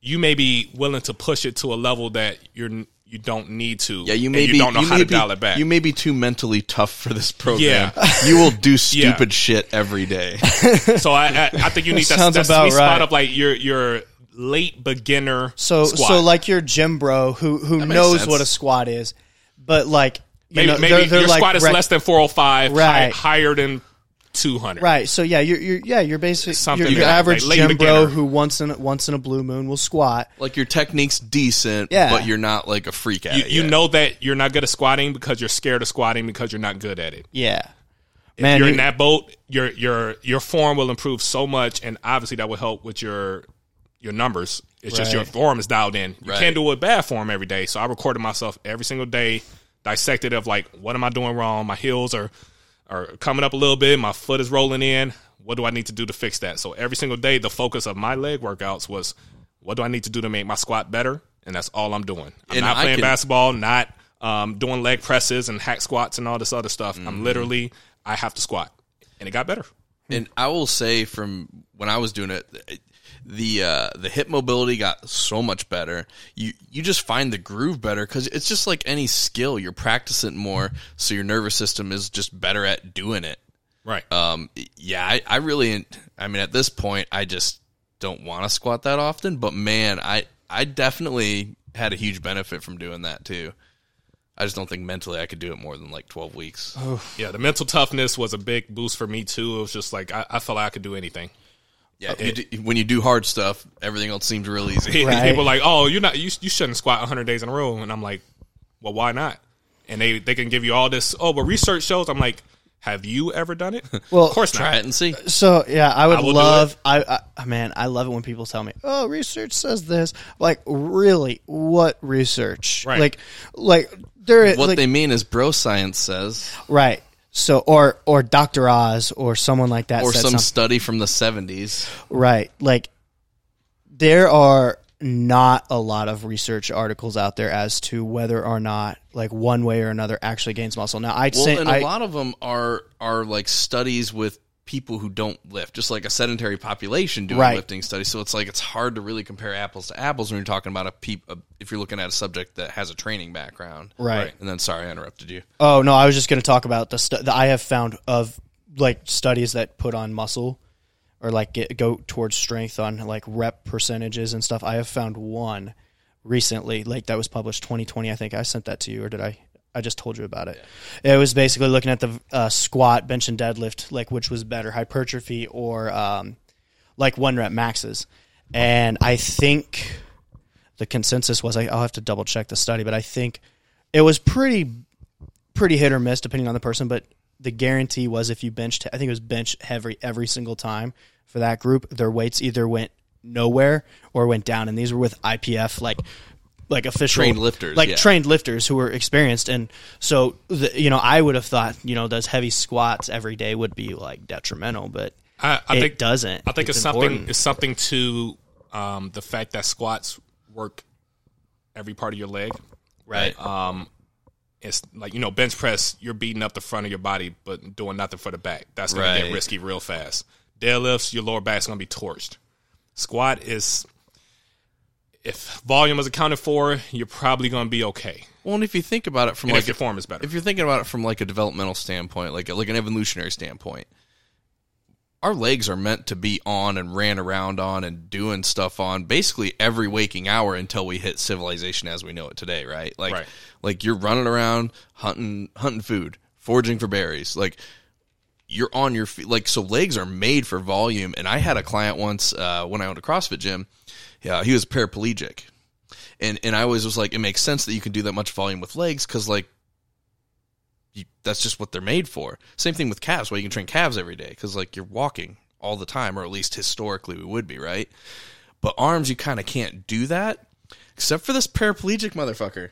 S3: you may be willing to push it to a level that you're n- you don't need to.
S1: Yeah, you
S3: and
S1: may be.
S3: you don't know how
S1: may
S3: to
S1: be-
S3: dial it back.
S1: You may be too mentally tough for this program.
S3: Yeah.
S1: you will do stupid shit every day.
S3: So I, I, I think you need that,
S2: Sounds
S3: that
S2: about
S3: sweet spot
S2: right.
S3: of like your your late beginner.
S2: So
S3: squat.
S2: so like your gym bro who who
S1: makes
S2: knows
S1: sense.
S2: what a squat is, but like you
S3: maybe,
S2: know,
S3: maybe
S2: they're, they're
S3: your
S2: like
S3: squat is
S2: rec-
S3: less than four hundred five,
S2: Right.
S3: higher than two hundred.
S2: right. So yeah, you're, you're yeah you're basically
S3: Something
S2: you're your
S3: like-
S2: average
S3: like late
S2: gym bro
S3: beginner.
S2: who once in once in a blue moon will squat.
S1: like your technique's decent,
S2: Yeah.
S1: but you're not like a freak at
S3: You,
S1: it.
S3: you
S1: yet.
S3: know that you're not good at squatting because you're scared of squatting because you're not good at it.
S2: Yeah, man,
S3: you're
S2: you-
S3: in that boat. Your your your form will improve so much, and obviously that will help with your your numbers. It's just your
S2: Right.
S3: form is dialed in. You
S1: Right.
S3: can't do a bad form every day. So I recorded myself every single day, dissected of like what am I doing wrong? My heels are are coming up a little bit. My foot is rolling in. What do I need to do to fix that? So every single day, the focus of my leg workouts was what do I need to do to make my squat better, and that's all I'm doing. I'm
S1: And
S3: not
S1: I
S3: playing
S1: can-
S3: basketball, not um, doing leg presses and hack squats and all this other stuff.
S1: Mm-hmm.
S3: I'm literally, I have to squat. And it got better.
S1: and I will say from when I was doing it, it- the uh, the hip mobility got so much better. You you just find the groove better because it's just like any skill. You're practicing more, so your nervous system is just better at doing it.
S3: Right.
S1: Um, yeah, I, I really, I mean, at this point, I just don't want to squat that often. But man, I, I definitely had a huge benefit from doing that too. I just don't think mentally I could do it more than like twelve weeks.
S2: Oh,
S3: yeah, the mental toughness was a big boost for me too. It was just like, I, I felt like I could do anything.
S1: yeah, you do- when you do hard stuff, everything else seems real easy.
S2: Right.
S3: People were like, oh, you're not, you, you shouldn't squat 100 days in a row. And I'm like, well, why not? and they they can give you all this. Oh, but research shows. I'm like, have you ever done it?
S2: Well,
S3: of course not.
S1: Try it and see.
S2: So yeah, I would
S3: will do
S2: love. I, I man, I love it when people tell me, "Oh, research says this." Like, really? What research?
S3: Right.
S2: Like, like there.
S1: What
S2: like,
S1: they mean is bro science says,
S2: right. So, or or Doctor Oz or someone like that
S1: or
S2: said
S1: some
S2: something.
S1: study from the 70s.
S2: Right. Like there are not a lot of research articles out there as to whether or not like one way or another actually gains muscle. Now I
S1: Well,
S2: say
S1: and a
S2: I,
S1: lot of them are are like studies with people who don't lift, just like a sedentary population doing
S2: Right.
S1: lifting studies. So it's like it's hard to really compare apples to apples when you're talking about a peep. A, if you're looking at a subject that has a training background,
S2: Right.
S1: And then sorry, I interrupted you.
S2: Oh no, I was just going to talk about the stu- that I have found of like studies that put on muscle or like get, go towards strength on like rep percentages and stuff. I have found one recently, like that was published 2020. I think I sent that to you, or did I? I just told you about it. It was basically looking at the uh, squat, bench, and deadlift, like which was better, hypertrophy or um, like one rep maxes. And I think the consensus was I, I'll have to double check the study, but I think it was pretty pretty hit or miss depending on the person, but the guarantee was if you benched, I think it was bench every every single time for that group, their weights either went nowhere or went down, and these were with IPF like like official
S1: Trained lifters,
S2: like
S1: yeah.
S2: trained lifters who were experienced, and so the, you know I would have thought you know those heavy squats every day would be like detrimental, but
S3: I, I
S2: it
S3: think
S2: doesn't.
S3: I think it's, something
S2: important.
S3: it's something to um, the fact that squats work every part of your leg.
S1: Right.
S3: It's like you know bench press, you're beating up the front of your body, but doing nothing for the back. That's gonna
S1: Right.
S3: get risky real fast. Deadlifts, your lower back's gonna be torched. Squat is if volume is accounted for, you're probably gonna be okay.
S1: well, and if you think about it from
S3: And
S1: like
S3: if your form is better,
S1: if you're thinking about it from like a developmental standpoint, like like an evolutionary standpoint, our legs are meant to be on and ran around on and doing stuff on basically every waking hour until we hit civilization as we know it today, right? Like
S3: Right.
S1: like you're running around hunting hunting food, foraging for berries, like you're on your feet like so legs are made for volume and i had a client once uh, when i owned a crossfit gym yeah he was paraplegic and and i always was like it makes sense that you can do that much volume with legs because like you, that's just what they're made for same thing with calves why you can train calves every day because like you're walking all the time or at least historically we would be right but arms you kind of can't do that except for this paraplegic motherfucker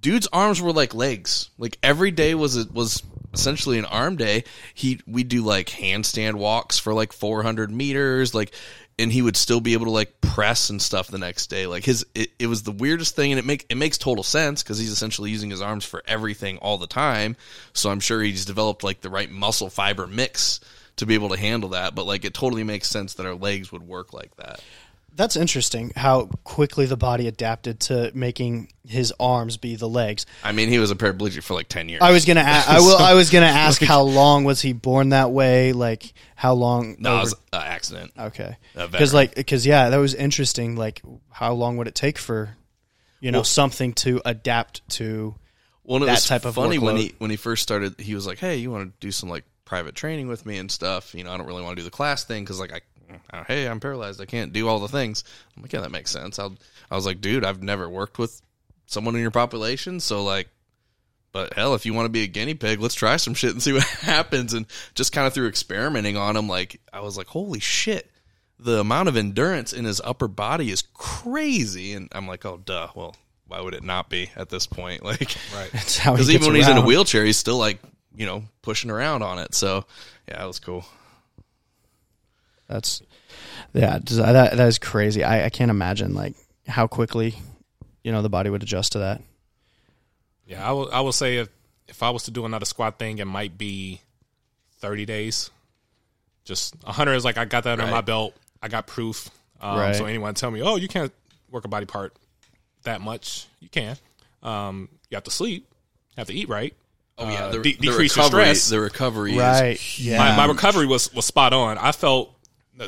S1: dude's arms were like legs. Like every day was a, was essentially an arm day. He we do like handstand walks for like 400 meters, like, and he would still be able to like press and stuff the next day. Like his it, it was the weirdest thing, and it make it makes total sense because he's essentially using his arms for everything all the time. So I'm sure he's developed like the right muscle fiber mix to be able to handle that. But like it totally makes sense that our legs would work like that.
S2: That's interesting how quickly the body adapted to making his arms be the legs.
S1: I mean, he was a paraplegic for like 10 years.
S2: I was gonna. A- I will. I was gonna ask how long was he born that way? Like how long?
S1: no,
S2: over-
S1: it was an accident.
S2: okay.
S1: a
S2: Because like, because yeah, that was interesting. Like, how long would it take for, you know, something to adapt to?
S1: Well, and it
S2: that
S1: was
S2: type of
S1: funny when
S2: workload.
S1: he when he first started. He was like, "Hey, you want to do some like private training with me and stuff? You know, I don't really want to do the class thing because like I, uh, hey, I'm paralyzed. I can't do all the things." I'm like, "Yeah, that makes sense." I'll, I was like, "Dude, I've never worked with someone in your population, so like." But hell, if you want to be a guinea pig, let's try some shit and see what happens. And just kind of through experimenting on him, like I was like, holy shit, the amount of endurance in his upper body is crazy. And I'm like, oh duh, well, why would it not be at this point? Like,
S3: right?
S2: That's how he
S1: because even
S2: gets
S1: when he's in a
S2: around.
S1: wheelchair, he's still like you know pushing around on it. So yeah, that was cool.
S2: That's yeah. does- uh, That that is crazy. I, I can't imagine like how quickly, you know, the body would adjust to that.
S3: Yeah, I will. I will say if if I was to do another squat thing, it might be thirty days. Just hundred is like I got that under my
S1: Right.
S3: belt. I got proof. Um,
S2: Right.
S3: So anyone tell me, oh, you can't work a body part that much? You can. Um, you have to sleep. You have to eat right.
S1: Oh yeah,
S3: Uh,
S1: the,
S3: de-
S1: the
S3: decrease your
S1: recovery,
S3: stress.
S1: the recovery, Is,
S2: Right. Yeah.
S3: My, my recovery was was spot on. I felt.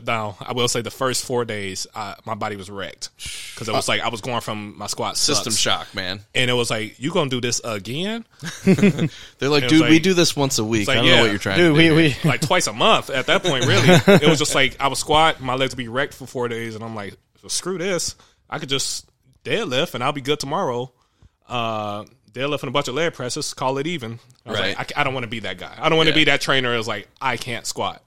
S3: Now I will say the first four days, I, my body was wrecked because it was like I was going from my squat
S1: System
S3: system,
S1: shock, man.
S3: and it was like you gonna do this again.
S1: They're like,
S3: was
S1: dude, we
S3: like-
S1: do this once a week.
S3: like,
S1: I don't know
S3: yeah.
S1: what you're trying
S2: Dude,
S1: to do.
S2: we, we
S3: like twice a month at that point, really. It was just like I would squat, my legs would be wrecked for four days, and I'm like, screw this. I could just deadlift and I'll be good tomorrow. Uh, deadlifting a bunch of leg presses, call it even. I was
S1: Right.
S3: like, I c- I, don't want to be that guy. I don't want to
S1: Yeah.
S3: be that trainer. who's like, I can't squat.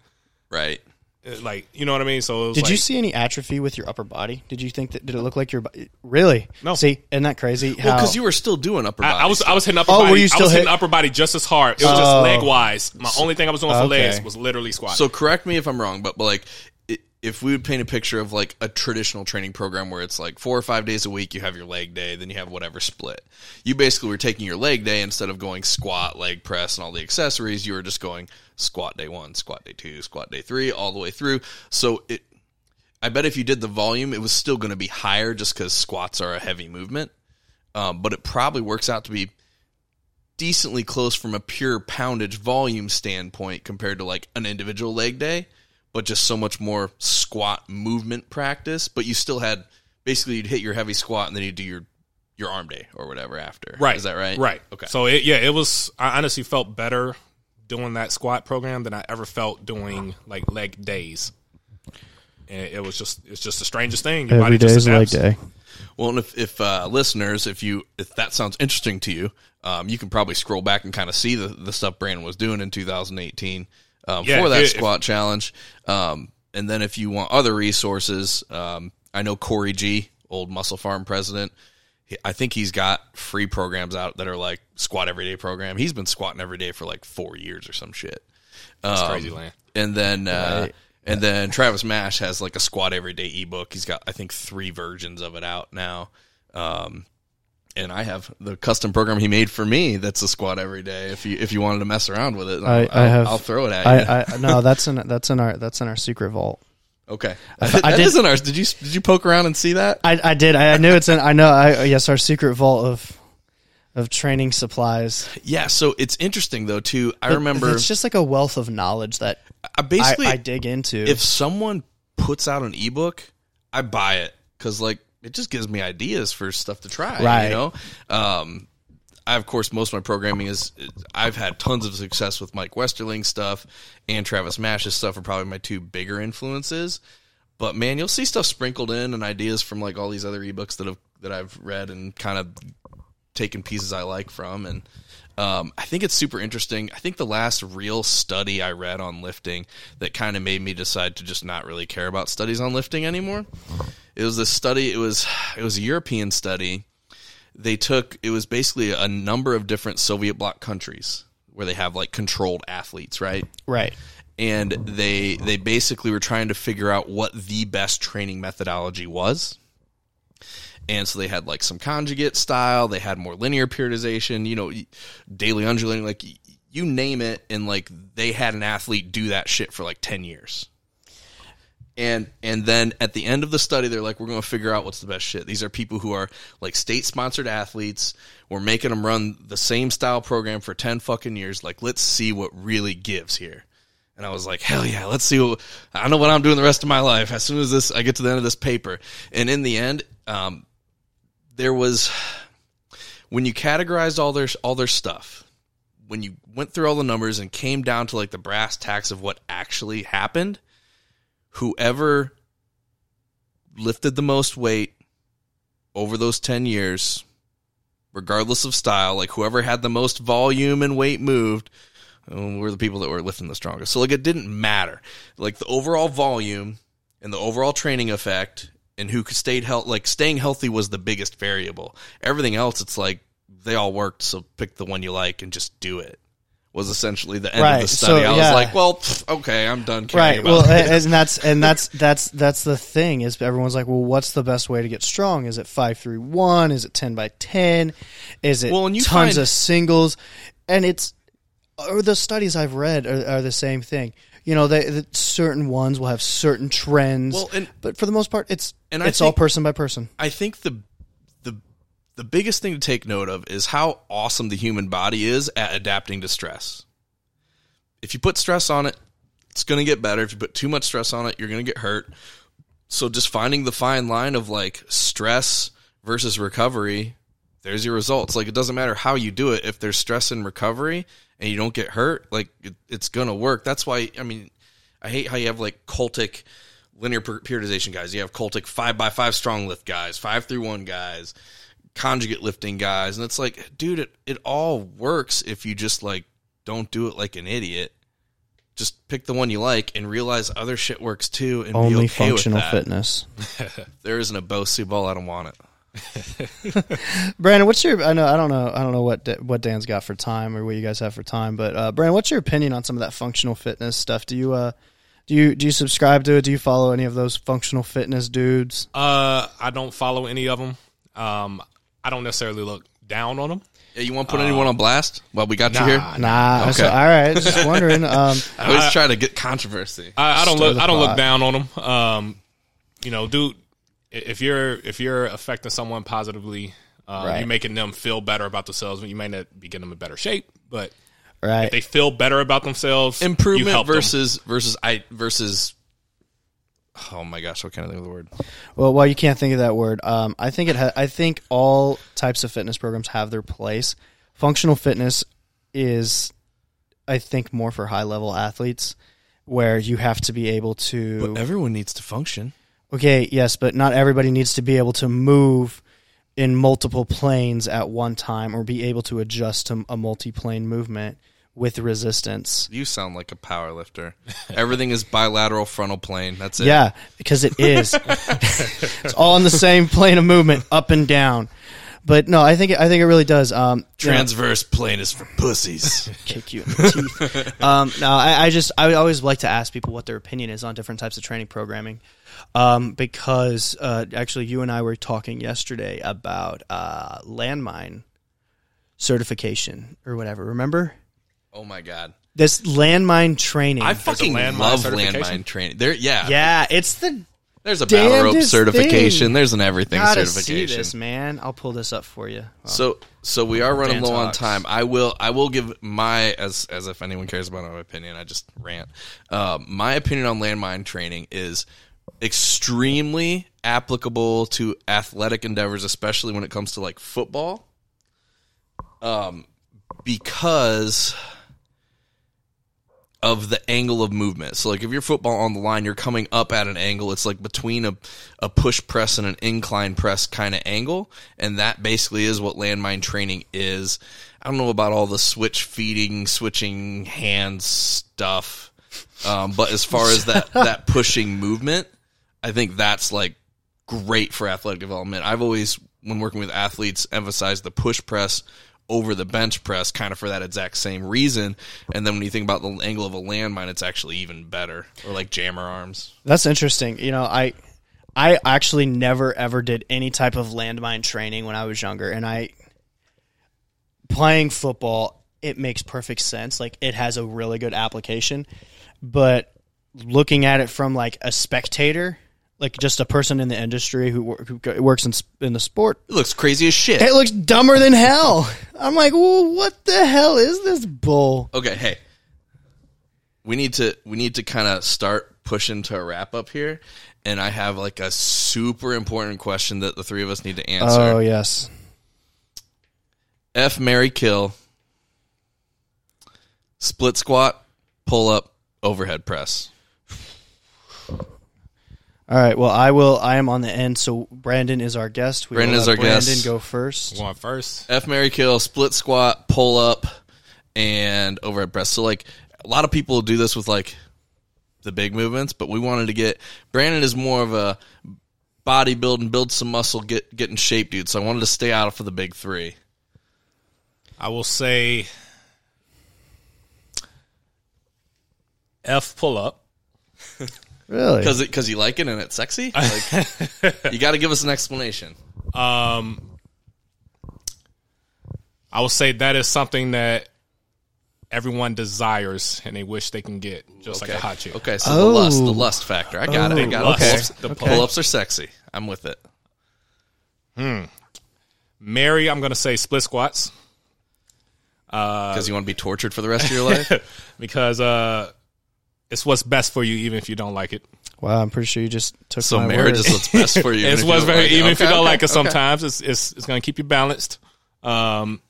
S1: Right.
S3: It- Like, you know what I mean? So it was
S2: Did you
S3: like-
S2: see any atrophy with your upper body? Did you think that? Did it look like your? bo- Really?
S3: No.
S2: See, isn't that crazy?
S1: Well, because you were still doing upper body.
S3: I, I was I was hitting upper
S2: Oh,
S3: body.
S2: were you still
S3: I was hitting
S2: hit-
S3: upper body just as hard. It
S2: Oh.
S3: was just leg wise. My only thing I was doing for
S2: okay.
S3: legs was literally squats.
S1: So correct me if I'm wrong, but, but like i- if we would paint a picture of like a traditional training program where it's like four or five days a week, you have your leg day, then you have whatever split. You basically were taking your leg day instead of going squat, leg press, and all the accessories. You were just going squat day one, squat day two, squat day three, all the way through. So it, I bet if you did the volume, it was still going to be higher just because squats are a heavy movement. Um, but it probably works out to be decently close from a pure poundage volume standpoint compared to like an individual leg day, but just so much more squat movement practice. But you still had basically you'd hit your heavy squat and then you do your your arm day or whatever after.
S3: right.
S1: Is that right?
S3: Right.
S1: Okay.
S3: So it, yeah, it was. I honestly felt better doing that squat program than I ever felt doing like leg days. And it was just it's just the strangest thing. Your
S2: every day
S3: just
S2: is leg
S3: adapts.
S2: day.
S1: Well, and if, if uh, listeners, if you if that sounds interesting to you, um, you can probably scroll back and kind of see the, the stuff Brandon was doing in 2018 um,
S3: Yeah,
S1: for that
S3: if-
S1: squat challenge. Um, and then if you want other resources, um, I know Corey G, old Muscle Farm president. he- I think he's got free programs out that are like squat everyday program. He's been squatting every day for like four years or some shit.
S3: It's crazy
S1: Um,
S3: land.
S1: And then uh, and then Travis Mash has like a squat everyday ebook. He's got I think three versions of it out now. Um, and I have the custom program he made for me. That's a squat every day. If you if you wanted to mess around with it, I'll,
S2: I- I have-
S1: will throw it at you.
S2: I, I no, that's in that's in our that's in our secret vault.
S1: okay,
S2: I
S1: that
S2: did-
S1: is in ours. Did you did you poke around and see that?
S2: I, I did. I, I knew it's in. I know. I yes, our secret vault of of training supplies.
S1: Yeah. So it's interesting though too. I remember
S2: It's just like a wealth of knowledge that
S1: I
S2: I,
S1: basically
S2: I dig into.
S1: if someone puts out an ebook, I buy it because like it just gives me ideas for stuff to try.
S2: Right.
S1: You know, um, I of course most of my programming is I've had tons of success with Mike Westerling stuff and Travis Mash's stuff are probably my two bigger influences. But man, you'll see stuff sprinkled in and ideas from like all these other ebooks that have that I've read and kind of taken pieces I like from and um, I think it's super interesting. I think the last real study I read on lifting that kind of made me decide to just not really care about studies on lifting anymore. It was this study. It was it was a European study. They took it was basically a number of different Soviet bloc countries where they have like controlled athletes, right?
S2: right,
S1: and they they basically were trying to figure out what the best training methodology was. And so they had like some conjugate style, they had more linear periodization, you know, y- daily undulating, like y- you name it, and like they had an athlete do that shit for like ten years. And and then at the end of the study, they're like, we're going to figure out what's the best shit. These are people who are like state sponsored athletes. We're making them run the same style program for ten fucking years. Like, let's see what really gives here. And I was like, hell yeah, let's see. What, I know what I'm doing the rest of my life. As soon as this, I get to the end of this paper. And in the end, um, there was when you categorized all their all their stuff, when you went through all the numbers and came down to like the brass tacks of what actually happened, whoever lifted the most weight over those 10 years, regardless of style, like whoever had the most volume and weight moved, um, were the people that were lifting the strongest. So like it didn't matter. Like the overall volume and the overall training effect and who could stayed healthy like staying healthy was the biggest variable. Everything else it's like they all worked, so pick the one you like and just do it. Was essentially the end of
S2: Right,
S1: the
S2: so,
S1: study. I was
S2: yeah.
S1: like, well, pff, okay, I'm done caring
S2: right.
S1: about
S2: Well,
S1: this.
S2: a- and that's and that's that's that's the thing is everyone's like, well, what's the best way to get strong? Is it five three one? Is it ten by ten? Is it
S1: Well, and you
S2: tons
S1: find-
S2: of singles? And it's or the studies I've read are, are the same thing. You know, they, that certain ones will have certain trends,
S1: Well, and-
S2: but for the most part, it's
S1: And I
S2: it's all
S1: think-
S2: person by person.
S1: I think the the the biggest thing to take note of is how awesome the human body is at adapting to stress. If you put stress on it, it's going to get better. If you put too much stress on it, you're going to get hurt. So just finding the fine line of like stress versus recovery, there's your results. Like it doesn't matter how you do it if there's stress and recovery and you don't get hurt, like it, it's going to work. That's why I mean I hate how you have like cultic linear per- periodization guys. You have cultic five by five strong lift guys, five through one guys, conjugate lifting guys, and it's like, dude, it, it all works if you just like don't do it like an idiot. Just pick the one you like and realize other shit works too, and be
S2: Only
S1: okay
S2: functional
S1: with that.
S2: fitness.
S1: There isn't a Bosu ball. I don't want it.
S2: Brandon, what's your? I know I don't know I don't know what Da- what Dan's got for time or what you guys have for time, but uh, Brandon, what's your opinion on some of that functional fitness stuff? Do you uh do you do you subscribe to it? Do you follow any of those functional fitness dudes?
S3: Uh, I don't follow any of them. Um, I don't necessarily look down on them.
S1: Yeah, you want to put anyone on blast? Well, we got you here.
S2: Nah, so,
S1: Okay.
S2: all right, just wondering. Um,
S1: I always try to get controversy.
S3: I, I don't
S2: Stir
S3: look.
S2: the
S3: I don't
S2: pot.
S3: look down on them. Um, you know, dude, i- if you're if you're affecting someone positively, uh,
S2: Right.
S3: you're making them feel better about themselves. You may not be getting them in better shape, but
S2: right,
S3: they feel better about themselves. you
S1: Improvement
S3: help them.
S1: versus versus I versus. Oh my gosh, what can I think of the word?
S2: Well, well, you can't think of that word. Um, I think it. Ha- I think all types of fitness programs have their place. Functional fitness is, I think, more for high level athletes, where you have to be able to.
S1: Everyone needs to function.
S2: Okay, yes, but not everybody needs to be able to move in multiple planes at one time or be able to adjust to a multi-plane movement with resistance.
S1: You sound like a power lifter. Everything is bilateral frontal plane. That's it.
S2: Yeah, because it is. it's all in the same plane of movement, up and down. But no, I think I think it really does. Um, you know,
S1: Transverse plane is for pussies.
S2: kick you in the teeth. um, no, I, I just I always like to ask people what their opinion is on different types of training programming, um, because uh, actually you and I were talking yesterday about uh, landmine certification or whatever. Remember
S1: oh my god.
S2: this landmine training?
S1: I fucking
S3: landmine
S1: love
S3: certification?
S1: landmine training. There yeah.
S2: yeah, it's the
S1: There's a battle rope
S2: Damnedest
S1: certification.
S2: thing.
S1: There's an everything
S2: gotta see
S1: certification.
S2: this man. I'll pull this up for you. Wow.
S1: So so we are running
S3: Dan
S1: low on
S3: talks.
S1: time. I will I will give my as as if anyone cares about my opinion. I just rant. Uh, my opinion on landmine training is extremely applicable to athletic endeavors, especially when it comes to like football. Um, because of the angle of movement. So like if you're football on the line, you're coming up at an angle. It's like between a, a push press and an incline press kind of angle. And that basically is what landmine training is. I don't know about all the switch feeding, switching hand stuff. Um, but as far as that, that pushing movement, I think that's like great for athletic development. I've always, when working with athletes, emphasized the push press over the bench press, kind of for that exact same reason. And then when you think about the angle of a landmine, it's actually even better, or like jammer arms.
S2: That's interesting. You know, I I actually never ever did any type of landmine training when I was younger and I playing football, it makes perfect sense. Like it has a really good application, but looking at it from like a spectator, like just a person in the industry who, wor- who go- works in s- in the sport,
S1: It looks crazy as shit.
S2: it looks dumber than hell. I'm like, well, what the hell is this bull?
S1: Okay, hey, we need to we need to kind of start pushing to a wrap up here. And I have like a super important question that the three of us need to answer.
S2: Oh yes,
S1: F Mary Kill. Split squat, pull up, overhead press.
S2: All right. Well, I will. I am on the end, so Brandon is our guest. We will
S1: Brandon is
S2: let
S1: our guest.
S2: Brandon, go first.
S3: Going first.
S1: F Mary Kill, split squat, pull up, and overhead press. So like a lot of people do this with like the big movements, but we wanted to get Brandon is more of a bodybuilding, build some muscle, get get in shape, dude. So I wanted to stay out of for the big three.
S3: I will say F pull up.
S2: Really?
S1: Because because you like it and it's sexy. Like, you got to give us an explanation.
S3: I will say that is something that everyone desires and they wish they can get, just like a hot chick.
S1: Okay, so the lust, the
S2: Oh.
S1: lust factor. I got it. I got
S3: Oh, okay.
S1: it.
S3: The
S1: The
S3: Okay.
S1: pull ups are sexy. I'm with it.
S3: Mary, I'm going to say split squats Uh,
S1: Because you want to be tortured for the rest of your life?
S3: because uh, it's what's best for you, even if you don't like it.
S2: wow, I'm pretty sure you just took
S1: so
S2: my
S1: marriage
S2: word.
S1: is what's best for you.
S3: it's
S1: if
S3: what's
S1: you don't
S3: very,
S1: like it.
S3: even if you
S1: Okay,
S3: don't
S1: okay,
S3: like it.
S1: okay.
S3: Sometimes it's it's it's going to keep you balanced. Um,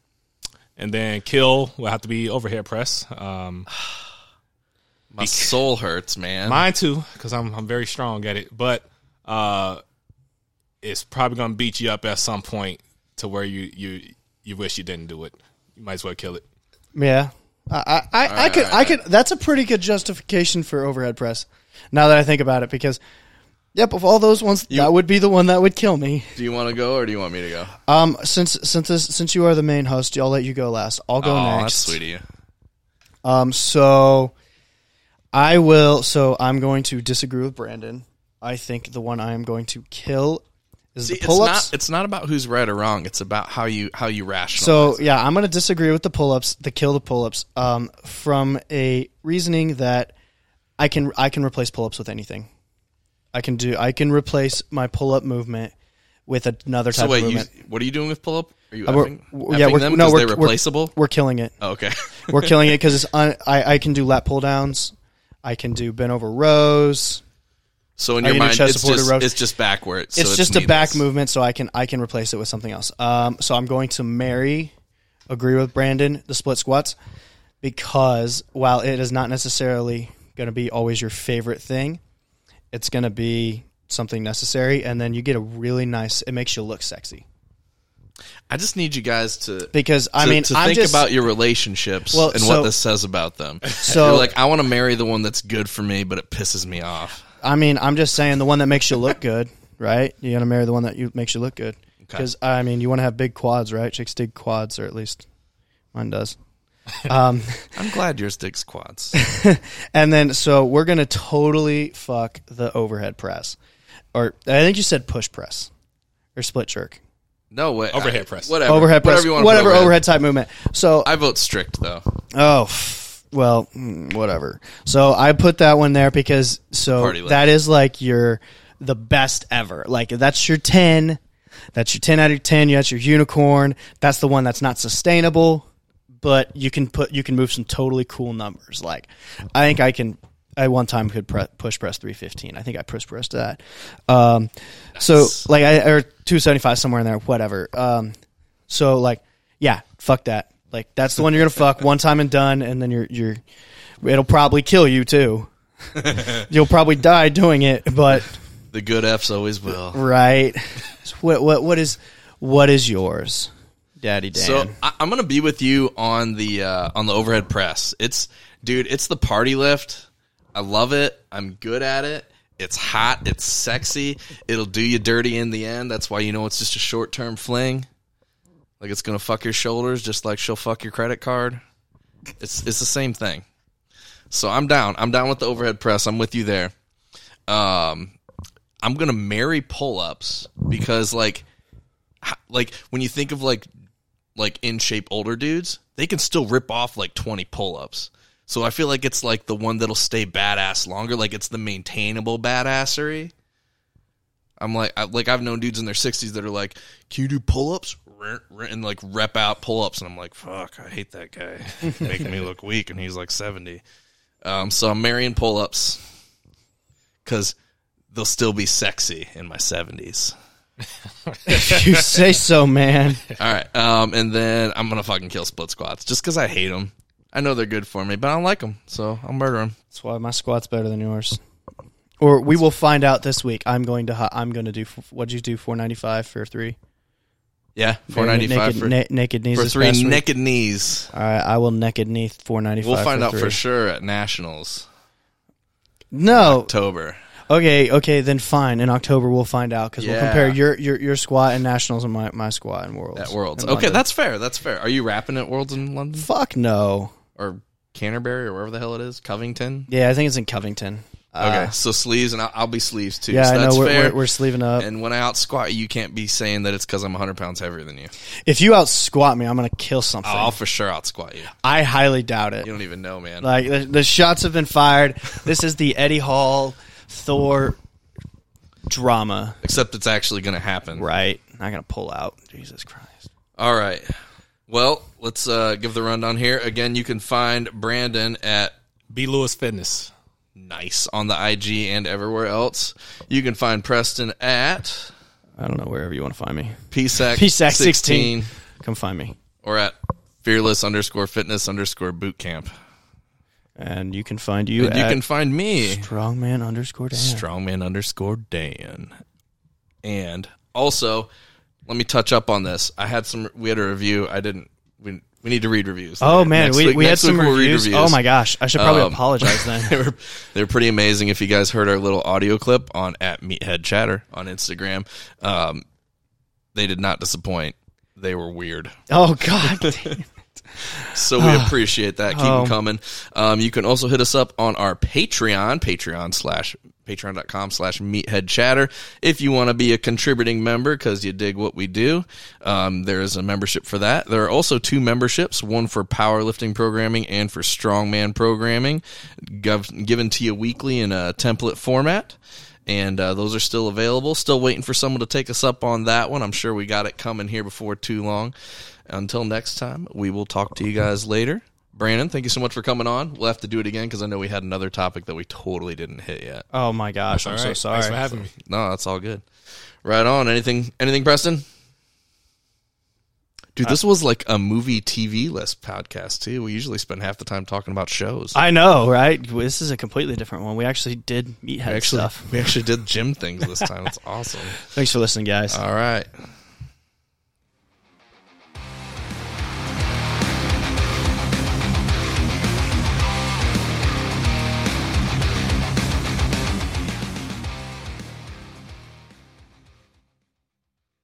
S3: and then kill will have to be overhead press. Um,
S1: My soul hurts, man.
S3: mine too, because I'm I'm very strong at it, but uh, it's probably going to beat you up at some point to where you you you wish you didn't do it. You might as well kill it.
S2: Yeah, I I, I, I could I could. That's a pretty good justification for overhead press. Now that I think about it, because yep, of all those ones, that would be the one that would kill me.
S1: Do you want to go or do you want me to go?
S2: Um, since since this, since you are the main host, I'll let you go last. I'll go
S1: oh,
S2: next.
S1: that's sweet of you.
S2: Um, so I will. So I'm going to disagree with Brandon. I think the one I am going to kill is
S1: See,
S2: the
S1: it's
S2: pull-ups.
S1: not it's not about who's right or wrong. It's about how you how you rationalize.
S2: So yeah, I'm going to disagree with the pull-ups, the kill the pull-ups, um, from a reasoning that I can I can replace pull-ups with anything. I can do I can replace my pull-up movement with another type
S1: So wait,
S2: of
S1: you,
S2: movement.
S1: what are you doing with pull up? Are you
S2: Uh, we're-
S1: effing,
S2: w- yeah,
S1: effing
S2: we're-
S1: them
S2: no,
S1: 'cause
S2: we're-
S1: they're
S2: we're-
S1: replaceable.
S2: We're killing it.
S1: oh, okay,
S2: We're killing it because it's un, I I can do lat pull downs. I can do bent over rows.
S1: so in
S2: I
S1: your
S2: need a
S1: mind,
S2: chest
S1: it's
S2: supported
S1: just
S2: rope.
S1: it's just backwards.
S2: It's
S1: so
S2: just a back
S1: needless.
S2: movement, so I can I can replace it with something else. Um, so I'm going to marry, agree with Brandon the split squats, because while it is not necessarily going to be always your favorite thing, it's going to be something necessary, and then you get a really nice. It makes you look sexy
S1: I just need you guys to.
S2: because I
S1: to-
S2: mean
S1: to
S2: I'm
S1: think
S2: just
S1: about your relationships
S2: Well,
S1: and
S2: so-
S1: what this says about them.
S2: So-
S1: You're like, I want to marry the one that's good for me, but it pisses me off.
S2: I mean I'm just saying the one that makes you look good, right? You're going to marry the one that you, makes you look good because I mean you want to have big quads, right? Chicks dig quads, or at least mine does.
S1: I'm glad yours digs quads.
S2: And then so we're gonna totally fuck the overhead press, or I think you said push press or split jerk.
S1: No way.
S3: Overhead
S1: I-
S3: press.
S1: Whatever.
S2: overhead press,
S1: Whatever you want. to
S2: whatever
S1: put
S2: overhead. type movement. So
S1: I vote strict though.
S2: oh f- well, mm, whatever. So I put that one there because so
S1: Party left.
S2: that is like your the best ever. Like that's your ten. That's your ten out of ten. That's your unicorn. That's the one that's not sustainable, but you can put you can move some totally cool numbers. Like I think I can. I one time could pre- push press three fifteen. I think I push pressed that. Um, So like I or two seventy five somewhere in there. Whatever. Um, so like yeah, fuck that. Like that's the one you're gonna fuck one time and done, and then you're you're. It'll probably kill you too. You'll probably die doing it, but
S1: The good F's always will.
S2: Right. So what what what is what is yours, Daddy Dan?
S1: So I, I'm gonna be with you on the uh, on the overhead press. It's dude, it's the party lift. I love it. I'm good at it. It's hot. It's sexy. It'll do you dirty in the end. That's why you know it's just a short term fling. Like it's gonna fuck your shoulders, just like she'll fuck your credit card. It's it's the same thing. So I'm down. I'm down with the overhead press. I'm with you there. Um, I'm gonna marry pull ups because like, h- like when you think of like like in shape older dudes, they can still rip off like 20 pull ups. So I feel like it's like the one that'll stay badass longer. Like it's the maintainable badassery. I'm like, I, like I've known dudes in their 60s that are like, can you do pull ups? And like rep out pull ups. And I'm like, fuck, I hate that guy. Making me look weak. And he's like 70. Um, so I'm marrying pull ups because they'll still be sexy in my 70s.
S2: you say so, man.
S1: All right. Um, and then I'm gonna fucking kill split squats just because I hate them. I know they're good for me, but I don't like them, so I'll murder them.
S2: That's why my squat's better than yours. Or we will find out this week. I'm going to hi- I'm going to do f- what'd you do 495 for 3?
S1: Yeah, four ninety five
S2: naked,
S1: for,
S2: na- naked knees
S1: for
S2: this
S1: three
S2: past week.
S1: naked knees.
S2: All right, I will naked knee 495.
S1: We'll find
S2: for
S1: out
S2: three.
S1: for sure at nationals
S2: No.
S1: October.
S2: Okay, okay, then fine. In October we'll find out cuz we'll
S1: Yeah.
S2: compare your, your your squat and nationals and my my squat and worlds.
S1: At Worlds.
S2: in
S1: Okay,
S2: London.
S1: that's fair. That's fair. Are you rapping at Worlds in London
S2: fuck no.
S1: or Canterbury or wherever the hell it is? Covington.
S2: Yeah, I think it's in Covington.
S1: Okay,
S2: Uh,
S1: so sleeves and I'll, I'll be sleeves too.
S2: Yeah,
S1: so
S2: I know
S1: that's
S2: we're,
S1: fair.
S2: we're, we're sleeving up.
S1: and when I out squat, you can't be saying that it's because I'm 100 pounds heavier than you.
S2: If you out squat me, I'm gonna kill something.
S1: I'll for sure out squat you.
S2: I highly doubt it.
S1: You don't even know, man.
S2: Like the, the shots have been fired. This is the Eddie Hall Thor drama,
S1: Except it's actually going to happen.
S2: right? Not gonna pull out. Jesus Christ.
S1: All right. Well, let's uh, give the rundown here. Again, you can find Brandon at
S3: B. Lewis Fitness.
S1: Nice on the IG and everywhere else. You can find Preston at
S2: I don't know wherever you want to find me.
S1: PSAC,
S2: PSAC 16. Come find me,
S1: or at fearless underscore fitness underscore boot camp.
S2: and you can find you
S1: And
S2: at
S1: you can find me,
S2: strongman underscore Dan.
S1: strongman underscore Dan. And also, let me touch up on this. I had some. We had a review. I didn't. We we need to read reviews.
S2: Oh
S1: Next
S2: man, we,
S1: week-
S2: we had
S1: next
S2: some
S1: week we'll read Um,
S2: reviews. Oh my gosh, I should probably apologize then.
S1: they were they were pretty amazing. If you guys heard our little audio clip on at Meathead Chatter on Instagram, um, they did not disappoint. They were weird,
S2: Oh god, damn.
S1: so we appreciate that. Keep
S2: Oh.
S1: them coming. Um, you can also hit us up on our Patreon, Patreon slash patreon.com slash meathead chatter if you want to be a contributing member because you dig what we do um, there is a membership for that there are also two memberships one for powerlifting programming and for strongman programming gov- given to you weekly in a template format and uh, those are still available still waiting for someone to take us up on that one i'm sure we got it coming here before too long until next time we will talk to you guys later Brandon, thank you so much for coming on. We'll have to do it again because I know we had another topic that we totally didn't hit yet.
S2: oh my gosh, I'm
S3: All
S2: so
S3: right,
S2: sorry.
S3: Thanks for having me.
S1: No, that's all good. Right on. Anything? Anything, Preston? Dude, this was like a movie TV list podcast too. We usually spend half the time talking about shows.
S2: I know, right? This is a completely different one. We actually did meathead
S1: actually,
S2: stuff.
S1: we actually did gym things this time. It's awesome.
S2: Thanks for listening, guys.
S1: All right.